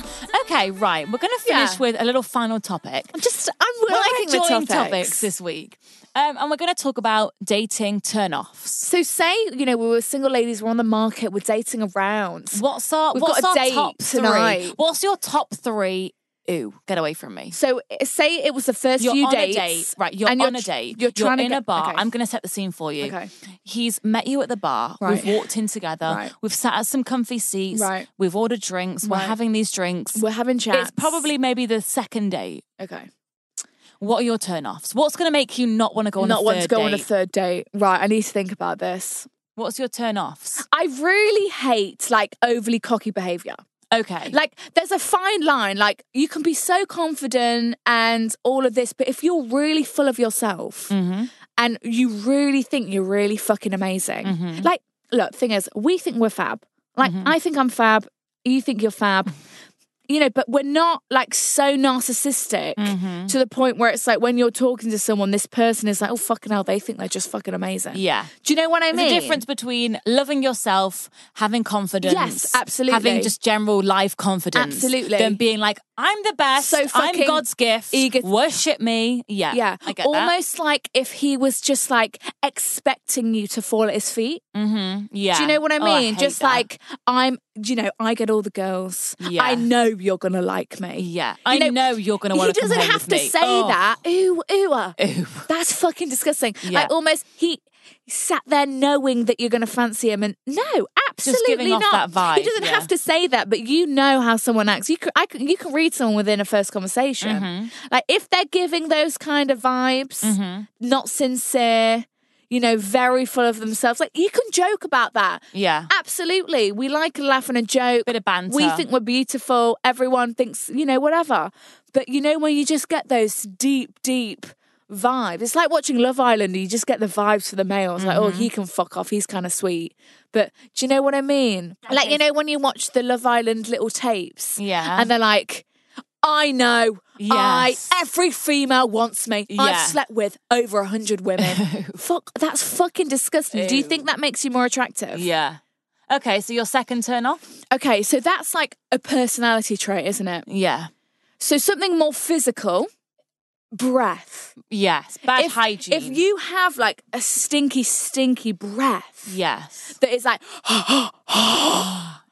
Speaker 1: the storm.
Speaker 3: Okay, right. We're going to finish
Speaker 2: Yeah.
Speaker 3: with a little final topic.
Speaker 2: I'm just, I'm
Speaker 3: We're
Speaker 2: liking the
Speaker 3: enjoying
Speaker 2: topics.
Speaker 3: topics this week, um, and we're going to talk about dating turnoffs.
Speaker 2: So say, you know, we were single ladies, we're on the market, we're dating around.
Speaker 3: What's our
Speaker 2: We've
Speaker 3: what's
Speaker 2: got a
Speaker 3: our
Speaker 2: date
Speaker 3: top three?
Speaker 2: tonight.
Speaker 3: What's your top three? Ooh, get away from me.
Speaker 2: So eh, say it was the 1st
Speaker 3: you're
Speaker 2: few
Speaker 3: on
Speaker 2: dates,
Speaker 3: a date, right? You're on
Speaker 2: and
Speaker 3: a
Speaker 2: tr-
Speaker 3: date.
Speaker 2: You're trying to
Speaker 3: in
Speaker 2: get,
Speaker 3: a bar.
Speaker 2: okay.
Speaker 3: I'm going to set the scene for you.
Speaker 2: Okay.
Speaker 3: He's met you at the bar.
Speaker 2: Right.
Speaker 3: We've walked in together.
Speaker 2: Right.
Speaker 3: We've sat at some comfy seats.
Speaker 2: Right.
Speaker 3: We've ordered drinks. We're
Speaker 2: Right.
Speaker 3: having these drinks.
Speaker 2: We're having chats.
Speaker 3: It's probably maybe the second date.
Speaker 2: okay.
Speaker 3: What are your turn-offs? What's going to make you not want to go on a
Speaker 2: Not
Speaker 3: third
Speaker 2: want to go on a
Speaker 3: date?
Speaker 2: third date. Right. I need to think about this.
Speaker 3: What's your turn-offs?
Speaker 2: I really hate like overly cocky behavior.
Speaker 3: Okay.
Speaker 2: Like, there's a fine line. Like, you can be so confident and all of this, but if you're really full of yourself
Speaker 3: Mm-hmm.
Speaker 2: and you really think you're really fucking amazing,
Speaker 3: Mm-hmm.
Speaker 2: like, look, thing is, we think we're fab. Like, I think I'm fab. You think you're fab. You know, but we're not like so narcissistic
Speaker 3: Mm-hmm.
Speaker 2: to the point where it's like when you're talking to someone, this person is like, oh, fucking hell, they think they're just fucking amazing.
Speaker 3: yeah.
Speaker 2: Do you know what I
Speaker 3: There's
Speaker 2: mean?
Speaker 3: a difference between loving yourself, having confidence,
Speaker 2: Yes, absolutely.
Speaker 3: having just general life confidence,
Speaker 2: Absolutely.
Speaker 3: than being like I'm the best,
Speaker 2: So
Speaker 3: I'm
Speaker 2: fucking
Speaker 3: God's gift,
Speaker 2: ego-
Speaker 3: worship me. Yeah,
Speaker 2: Yeah,
Speaker 3: I get
Speaker 2: almost like if he was just like expecting you to fall at his feet.
Speaker 3: that. Yeah,
Speaker 2: Do you know what I
Speaker 3: Oh,
Speaker 2: mean?
Speaker 3: hate
Speaker 2: just
Speaker 3: that.
Speaker 2: like I'm, you know, I get all the girls.
Speaker 3: Yeah.
Speaker 2: I know you're gonna like me.
Speaker 3: yeah,
Speaker 2: You
Speaker 3: I know, you're gonna
Speaker 2: He
Speaker 3: want to.
Speaker 2: doesn't have to say
Speaker 3: Oh.
Speaker 2: that. Ooh, ooh, ah.
Speaker 3: Ooh.
Speaker 2: That's fucking disgusting.
Speaker 3: Yeah.
Speaker 2: Like almost he sat there knowing that you're gonna fancy him, and no, absolutely
Speaker 3: giving off
Speaker 2: not.
Speaker 3: that vibe,
Speaker 2: He doesn't
Speaker 3: yeah.
Speaker 2: have to say that, but you know how someone acts. You can, I can, you can read someone within a first conversation.
Speaker 3: Mm-hmm.
Speaker 2: Like if they're giving those kind of vibes, not sincere, you know, very full of themselves. Like you can joke about that.
Speaker 3: Yeah.
Speaker 2: Absolutely. We like a laugh and a joke.
Speaker 3: Bit of banter.
Speaker 2: We think we're beautiful. Everyone thinks, you know, whatever. But you know, when you just get those deep, deep vibes, it's like watching Love Island. You just get the vibes for the males. Like, oh,
Speaker 3: Mm-hmm.
Speaker 2: he can fuck off. He's kind of sweet. But do you know what I mean? Like, you know, when you watch the Love Island little tapes.
Speaker 3: Yeah.
Speaker 2: And they're like, I know.
Speaker 3: Yes.
Speaker 2: I every female wants me. I've
Speaker 3: Yeah.
Speaker 2: slept with over a hundred women. Fuck, that's fucking disgusting. Do you
Speaker 3: Ew.
Speaker 2: think that makes you more attractive?
Speaker 3: Yeah. Okay, so your second turn off?
Speaker 2: Okay, so that's like a personality trait, isn't it?
Speaker 3: Yeah.
Speaker 2: So something more physical, breath.
Speaker 3: Yes. Bad
Speaker 2: if,
Speaker 3: hygiene.
Speaker 2: If you have like a stinky, stinky breath
Speaker 3: Yes.
Speaker 2: that is like,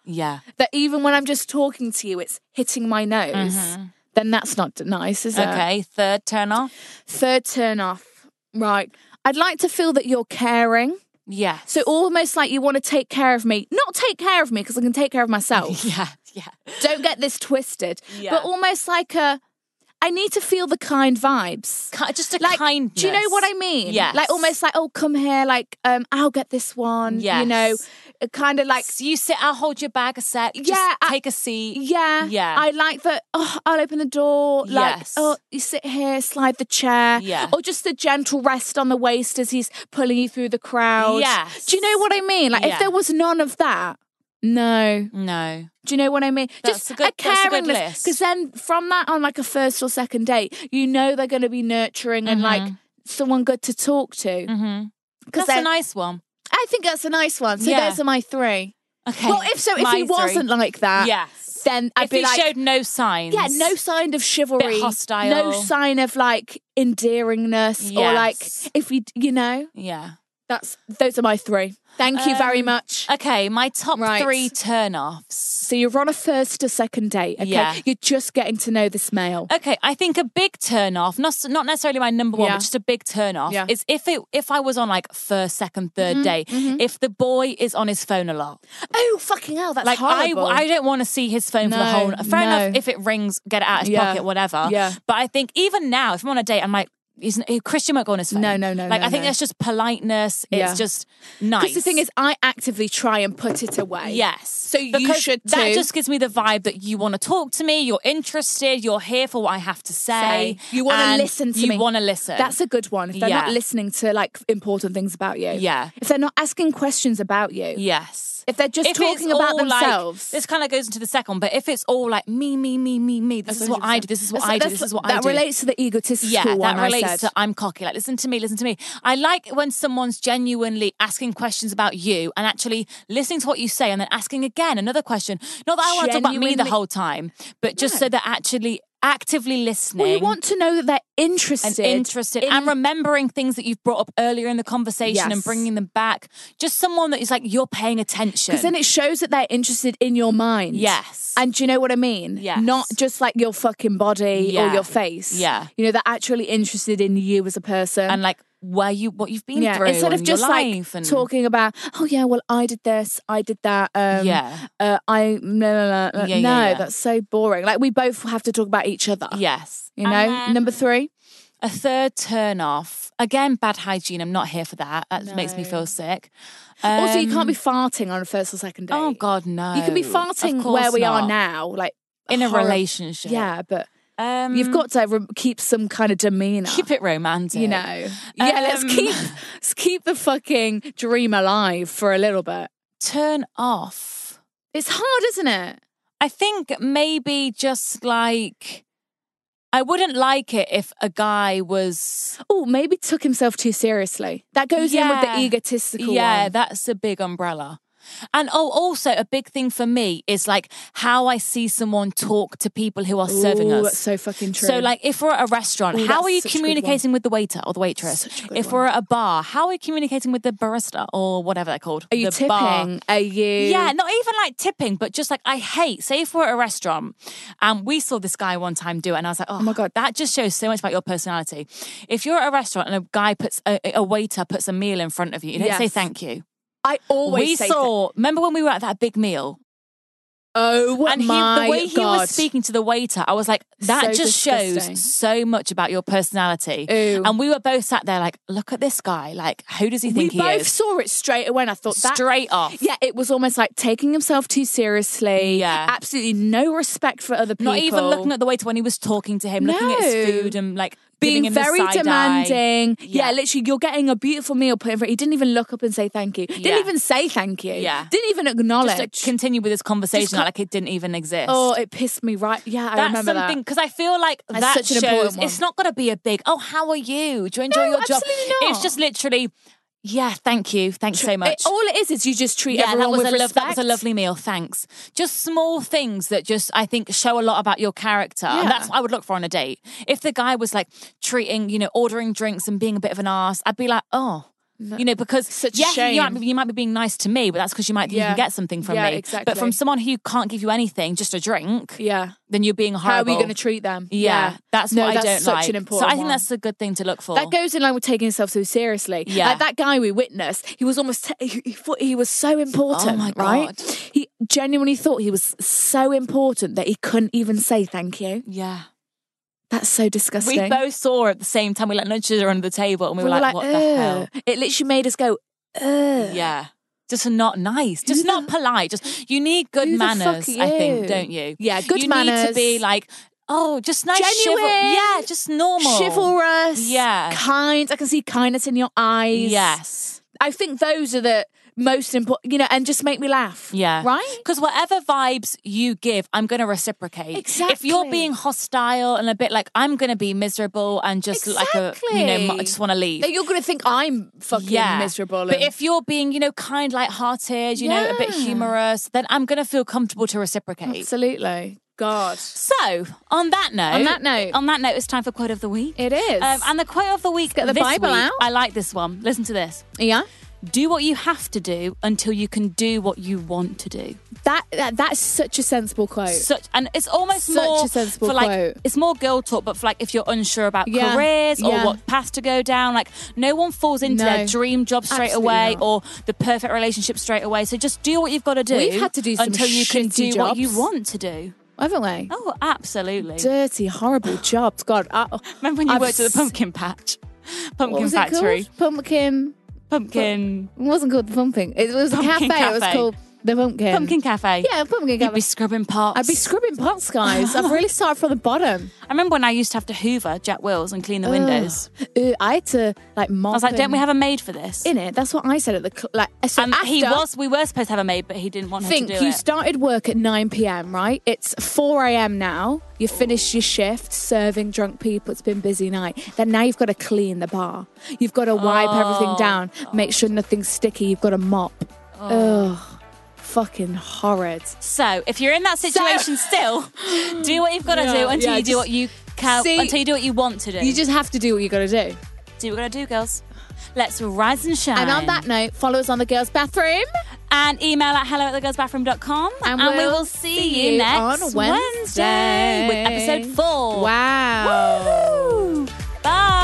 Speaker 3: Yeah.
Speaker 2: that even when I'm just talking to you, it's hitting my nose, then that's not d- nice, is it?
Speaker 3: Mm-hmm. Okay, third turn off?
Speaker 2: Third turn off. Right. I'd like to feel that you're caring.
Speaker 3: Yes.
Speaker 2: So almost like you want to take care of me. Not take care of me because I can take care of myself.
Speaker 3: Yeah, yeah.
Speaker 2: Don't get this twisted.
Speaker 3: Yeah.
Speaker 2: But almost like a I need to feel the kind vibes.
Speaker 3: Ki- Just a
Speaker 2: Like
Speaker 3: kindness.
Speaker 2: do you know what I mean?
Speaker 3: Yes.
Speaker 2: Like almost like, oh come here, like um, I'll get this one. You know,
Speaker 3: Yes.
Speaker 2: kind of like
Speaker 3: So you sit, I'll hold your bag a sec. Just
Speaker 2: Yeah, I-
Speaker 3: take a seat.
Speaker 2: yeah,
Speaker 3: Yeah.
Speaker 2: I like that. Oh, I'll open the door. Like,
Speaker 3: Yes.
Speaker 2: oh, you sit here, slide the chair.
Speaker 3: Yeah.
Speaker 2: Or just the gentle rest on the waist as he's pulling you through the crowd.
Speaker 3: Yes.
Speaker 2: Do you know what I mean? Like,
Speaker 3: Yeah.
Speaker 2: if there was none of that, no.
Speaker 3: No.
Speaker 2: Do you know what I mean?
Speaker 3: That's
Speaker 2: just
Speaker 3: a good- that's a good list.
Speaker 2: Because then from that on, like a first or second date, you know they're going to be nurturing and like someone good to talk to.
Speaker 3: Mm-hmm.
Speaker 2: Because
Speaker 3: That's a nice one.
Speaker 2: I think that's a nice one. So
Speaker 3: Yeah.
Speaker 2: those are my three.
Speaker 3: Okay.
Speaker 2: Well, if so, if
Speaker 3: My
Speaker 2: he
Speaker 3: three.
Speaker 2: wasn't like that,
Speaker 3: Yes.
Speaker 2: then I'd
Speaker 3: if
Speaker 2: be
Speaker 3: he
Speaker 2: like,
Speaker 3: showed no signs.
Speaker 2: yeah, no sign of chivalry,
Speaker 3: hostile.
Speaker 2: no sign of like endearingness or like
Speaker 3: Yes.
Speaker 2: if you you know
Speaker 3: Yeah.
Speaker 2: that's those are my three. Thank you very
Speaker 3: Um,
Speaker 2: much.
Speaker 3: Okay, my top
Speaker 2: Right.
Speaker 3: three turn-offs.
Speaker 2: so you're on a first to second date. Okay,
Speaker 3: Yeah.
Speaker 2: you're just getting to know this male.
Speaker 3: Okay, I think a big turn off, not not necessarily my number one,
Speaker 2: Yeah.
Speaker 3: but just a big turn off
Speaker 2: Yeah. Mm-hmm.
Speaker 3: is if it if I was on like first, second, third day, if the boy is on his phone a lot.
Speaker 2: Oh fucking hell, that's
Speaker 3: Like I,
Speaker 2: horrible.
Speaker 3: I don't want to see his phone for the
Speaker 2: No,
Speaker 3: whole. Fair
Speaker 2: no.
Speaker 3: enough, if it rings, get it out of his
Speaker 2: Yeah.
Speaker 3: pocket, whatever.
Speaker 2: Yeah.
Speaker 3: But I think even now, if I'm on a date, I'm like, he's, Christian won't go on his phone.
Speaker 2: No, no, no,
Speaker 3: Like
Speaker 2: no,
Speaker 3: I think
Speaker 2: no.
Speaker 3: that's just politeness. It's
Speaker 2: Yeah.
Speaker 3: just nice.
Speaker 2: because the thing is, I actively try and put it away.
Speaker 3: Yes.
Speaker 2: So you
Speaker 3: Because
Speaker 2: should
Speaker 3: That
Speaker 2: too.
Speaker 3: just gives me the vibe that you want to talk to me, you're interested, you're here for what I have to say.
Speaker 2: Say, you want to
Speaker 3: and
Speaker 2: listen to
Speaker 3: you
Speaker 2: me.
Speaker 3: want to listen.
Speaker 2: That's a good one. If they're not
Speaker 3: Yeah.
Speaker 2: listening to like important things about you.
Speaker 3: Yeah.
Speaker 2: If they're not asking questions about you.
Speaker 3: Yes.
Speaker 2: If they're just talking about
Speaker 3: all like-
Speaker 2: themselves.
Speaker 3: this kind of goes into the second, but if it's all like me, me, me, me, me, this is what I do, this is what
Speaker 2: That's-
Speaker 3: I do,
Speaker 2: that's-
Speaker 3: this is what I
Speaker 2: that
Speaker 3: do.
Speaker 2: relates to the egotistical
Speaker 3: yeah,
Speaker 2: one
Speaker 3: that relates
Speaker 2: I said.
Speaker 3: to I'm cocky. Like, listen to me, listen to me. I like when someone's genuinely asking questions about you and actually listening to what you say and then asking again another question. Not that I want to talk about me the
Speaker 2: Genuinely-
Speaker 3: whole time, but just so they're actually actively listening.
Speaker 2: well, you want to know that they're
Speaker 3: and
Speaker 2: interested.
Speaker 3: interested
Speaker 2: in-
Speaker 3: and remembering things that you've brought up earlier in the conversation and
Speaker 2: Yes.
Speaker 3: bringing them back. Just someone that is like, you're paying attention.
Speaker 2: because then it shows that they're interested in your mind.
Speaker 3: Yes.
Speaker 2: And do you know what I mean?
Speaker 3: Yes.
Speaker 2: Not just like your fucking body
Speaker 3: Yeah.
Speaker 2: or your face.
Speaker 3: Yeah.
Speaker 2: You know, they're actually interested in you as a person.
Speaker 3: and like where you, what you've been
Speaker 2: yeah,
Speaker 3: through.
Speaker 2: instead of
Speaker 3: and your
Speaker 2: just like
Speaker 3: life and,
Speaker 2: talking about, oh yeah, well I did this, I did that. Um,
Speaker 3: Yeah.
Speaker 2: uh, I no no no no,
Speaker 3: Yeah, yeah,
Speaker 2: no
Speaker 3: yeah.
Speaker 2: that's so boring. Like we both have to talk about each other.
Speaker 3: Yes.
Speaker 2: you know. Number three,
Speaker 3: A third turn off. Again, bad hygiene. I'm not here for that. That makes me feel sick.
Speaker 2: also you
Speaker 3: Um,
Speaker 2: can't be farting on a first or second date.
Speaker 3: Oh, God, no.
Speaker 2: You can be
Speaker 3: Of
Speaker 2: farting
Speaker 3: course
Speaker 2: where we
Speaker 3: not.
Speaker 2: are now, like
Speaker 3: In a
Speaker 2: horrib-
Speaker 3: relationship.
Speaker 2: Yeah, but
Speaker 3: Um,
Speaker 2: you've got to re- keep some kind of demeanor.
Speaker 3: Keep it romantic.
Speaker 2: you know. yeah, let's
Speaker 3: Um,
Speaker 2: keep let's keep the fucking dream alive for a little bit.
Speaker 3: Turn off.
Speaker 2: It's hard, isn't it?
Speaker 3: I think maybe just like I wouldn't like it if a guy was
Speaker 2: Oh, maybe took himself too seriously. That goes in with
Speaker 3: Yeah.
Speaker 2: the egotistical.
Speaker 3: yeah,
Speaker 2: one.
Speaker 3: that's a big umbrella. And oh, also a big thing for me is like how I see someone talk to people who are serving
Speaker 2: Ooh,
Speaker 3: us.
Speaker 2: that's so fucking true.
Speaker 3: So, like, if we're at a restaurant,
Speaker 2: Ooh,
Speaker 3: how
Speaker 2: that's
Speaker 3: are you
Speaker 2: such a good
Speaker 3: communicating with the waiter or the waitress?
Speaker 2: Such a good
Speaker 3: If
Speaker 2: one.
Speaker 3: we're at a bar, how are you communicating with the barista or whatever they're called?
Speaker 2: Are you
Speaker 3: the
Speaker 2: tipping?
Speaker 3: bar?
Speaker 2: Are you?
Speaker 3: Yeah, not even like tipping, but just like I hate. Say if we're at a restaurant and we saw this guy one time do it, and I was like, oh,
Speaker 2: my God.
Speaker 3: that just shows so much about your personality. If you're at a restaurant and a guy puts a, a waiter puts a meal in front of you, you don't say
Speaker 2: Yes.
Speaker 3: thank you.
Speaker 2: I always
Speaker 3: we
Speaker 2: say
Speaker 3: saw. remember when we were at that big meal?
Speaker 2: Oh
Speaker 3: and he,
Speaker 2: my
Speaker 3: the way he
Speaker 2: God.
Speaker 3: was speaking to the waiter, I was like, that
Speaker 2: So
Speaker 3: just
Speaker 2: disgusting.
Speaker 3: shows so much about your personality.
Speaker 2: Ew.
Speaker 3: And we were both sat there like, look at this guy. Like, who does he
Speaker 2: we
Speaker 3: think he
Speaker 2: both
Speaker 3: is?
Speaker 2: saw it straight away, and I thought that
Speaker 3: Straight off.
Speaker 2: Yeah, it was almost like taking himself too seriously.
Speaker 3: Yeah.
Speaker 2: absolutely no respect for other people.
Speaker 3: Not even looking at the waiter when he was talking to him, looking at his
Speaker 2: No.
Speaker 3: food and like giving
Speaker 2: being
Speaker 3: him
Speaker 2: very
Speaker 3: the side Eye.
Speaker 2: demanding. Yeah.
Speaker 3: Yeah.
Speaker 2: literally, you're getting a beautiful meal put in front. He didn't even look up and say thank you. Didn't
Speaker 3: Yeah.
Speaker 2: even say thank you.
Speaker 3: Yeah.
Speaker 2: didn't even
Speaker 3: Just
Speaker 2: acknowledge.
Speaker 3: to continue with this conversation
Speaker 2: Just con-
Speaker 3: like it didn't even exist.
Speaker 2: oh, it pissed me right. Yeah, I
Speaker 3: that's
Speaker 2: remember
Speaker 3: something
Speaker 2: that.
Speaker 3: because I feel like
Speaker 2: That's
Speaker 3: that
Speaker 2: such an
Speaker 3: shows
Speaker 2: important one.
Speaker 3: it's not going to be a big. Oh, how are you? Do you enjoy
Speaker 2: No,
Speaker 3: your job?
Speaker 2: absolutely not.
Speaker 3: It's just literally, yeah, thank you, thanks so much.
Speaker 2: It- all it is is you just treat
Speaker 3: yeah, that
Speaker 2: everyone
Speaker 3: was
Speaker 2: with
Speaker 3: a lov- that was a
Speaker 2: respect.
Speaker 3: lovely meal. Thanks. Just small things that just I think show a lot about your character.
Speaker 2: Yeah.
Speaker 3: And that's what I would look for on a date. If the guy was like treating, you know, ordering drinks and being a bit of an ass, I'd be like, oh. You know, because
Speaker 2: Such a
Speaker 3: yeah, you might,
Speaker 2: shame.
Speaker 3: be, you might be being nice to me, but that's because you might think you
Speaker 2: Yeah.
Speaker 3: can get something from
Speaker 2: Yeah,
Speaker 3: me. But
Speaker 2: exactly.
Speaker 3: from someone who can't give you anything, just a drink,
Speaker 2: Yeah.
Speaker 3: then you're being
Speaker 2: How are
Speaker 3: horrible.
Speaker 2: we going to treat them?
Speaker 3: Yeah, that's
Speaker 2: no,
Speaker 3: what
Speaker 2: that's
Speaker 3: I don't
Speaker 2: such
Speaker 3: like.
Speaker 2: an important.
Speaker 3: so I think
Speaker 2: one.
Speaker 3: that's a good thing to look for.
Speaker 2: That goes in line with taking himself so seriously.
Speaker 3: Yeah.
Speaker 2: like that guy we witnessed, he was almost t- he, he thought he was so important.
Speaker 3: Oh my
Speaker 2: right?
Speaker 3: God.
Speaker 2: He genuinely thought he was so important that he couldn't even say thank you.
Speaker 3: yeah.
Speaker 2: That's so
Speaker 3: We
Speaker 2: disgusting.
Speaker 3: both saw her at the same time. We like nudged her under the table and we, were like, what the hell?
Speaker 2: "Ugh." It literally made us go, Ugh.
Speaker 3: Yeah. just not nice, just not polite. Just you need good
Speaker 2: Who the fuck
Speaker 3: manners,
Speaker 2: are
Speaker 3: I think,
Speaker 2: you?
Speaker 3: don't you?
Speaker 2: Yeah, good
Speaker 3: you need to
Speaker 2: manners.
Speaker 3: be like, oh, just nice, chival-
Speaker 2: Genuine.
Speaker 3: yeah, just normal,
Speaker 2: Chivalrous,
Speaker 3: Yeah.
Speaker 2: kind. I can see kindness in your eyes.
Speaker 3: Yes.
Speaker 2: I think those are the most important, you know, and just make me laugh.
Speaker 3: Yeah.
Speaker 2: right.
Speaker 3: Because whatever vibes you give, I'm going to reciprocate. If you're
Speaker 2: Exactly.
Speaker 3: being hostile and a bit like, I'm going to be miserable and just like a, you know, m- I
Speaker 2: Exactly.
Speaker 3: just want to leave.
Speaker 2: That you're going to think I'm fucking miserable.
Speaker 3: But
Speaker 2: and-
Speaker 3: if you're being, you know, kind, light-hearted, you know, a bit
Speaker 2: Yeah.
Speaker 3: humorous, then I'm going to feel comfortable to reciprocate.
Speaker 2: absolutely, God,
Speaker 3: So, on that note,
Speaker 2: On that note.
Speaker 3: on that note, it's time for quote of the week.
Speaker 2: it is.
Speaker 3: Um, and the quote of the week.
Speaker 2: get the
Speaker 3: this
Speaker 2: Bible
Speaker 3: week-
Speaker 2: out.
Speaker 3: I like this one. Listen to this.
Speaker 2: yeah,
Speaker 3: Do what you have to do until you can do what you want to do.
Speaker 2: that, that that's such a sensible quote.
Speaker 3: Such and it's almost
Speaker 2: Such
Speaker 3: more
Speaker 2: a sensible
Speaker 3: for like
Speaker 2: quote.
Speaker 3: it's more girl talk, but for like if you're unsure about
Speaker 2: Yeah,
Speaker 3: careers or
Speaker 2: yeah.
Speaker 3: what path to go down, like no one falls into their
Speaker 2: No,
Speaker 3: dream job straight
Speaker 2: absolutely
Speaker 3: away
Speaker 2: not.
Speaker 3: or the perfect relationship straight away. So just do what you've got to do.
Speaker 2: We've had to do some
Speaker 3: until you can do
Speaker 2: shitty
Speaker 3: what you
Speaker 2: jobs.
Speaker 3: want to do.
Speaker 2: haven't we?
Speaker 3: Oh, absolutely.
Speaker 2: Dirty, horrible jobs. God, I,
Speaker 3: Remember when you
Speaker 2: I've
Speaker 3: worked at
Speaker 2: s-
Speaker 3: the pumpkin patch,
Speaker 2: What
Speaker 3: pumpkin
Speaker 2: was
Speaker 3: factory,
Speaker 2: it called? Pumpkin.
Speaker 3: pumpkin
Speaker 2: It wasn't called the pumpkin. It was a cafe.
Speaker 3: Pumpkin
Speaker 2: It was
Speaker 3: cafe.
Speaker 2: called the pumpkin.
Speaker 3: pumpkin cafe?
Speaker 2: Yeah, pumpkin
Speaker 3: You'd
Speaker 2: cafe.
Speaker 3: be scrubbing pots.
Speaker 2: I'd be scrubbing pots, guys. I've really started from the bottom.
Speaker 3: I remember when I used to have to Hoover Jack Wills and clean the windows.
Speaker 2: Ooh, I had to like mop.
Speaker 3: I was like, don't we have a maid for this?
Speaker 2: in it? That's what I said at the cl- like. uh, So
Speaker 3: and he
Speaker 2: after-
Speaker 3: was. We were supposed to have a maid, but he didn't want
Speaker 2: Think
Speaker 3: her to do
Speaker 2: you
Speaker 3: it.
Speaker 2: started work at 9 p.m. Right? It's 4 a.m. now. You finished your shift serving drunk people. It's been a busy night. Then now you've got to clean the bar. You've got to wipe everything
Speaker 3: Oh.
Speaker 2: down. Make sure nothing's sticky. You've got to mop. Ugh, fucking horrid.
Speaker 3: so if you're in that situation still, do what you've got to
Speaker 2: Yeah,
Speaker 3: do until
Speaker 2: yeah,
Speaker 3: you do
Speaker 2: just-
Speaker 3: what you can.
Speaker 2: See-
Speaker 3: until you do what you want to do.
Speaker 2: You just have to do what you got to do.
Speaker 3: do what you got to do, girls. Let's rise and shine.
Speaker 2: And on that note, follow us on the girls' bathroom.
Speaker 3: and email at hello at thegirlsbathroom.com.
Speaker 2: And
Speaker 3: we
Speaker 2: we'll
Speaker 3: will see,
Speaker 2: see
Speaker 3: you
Speaker 2: you
Speaker 3: next
Speaker 2: on
Speaker 3: Wednesday.
Speaker 2: Wednesday.
Speaker 3: with episode four.
Speaker 2: Wow.
Speaker 3: Woo! Bye.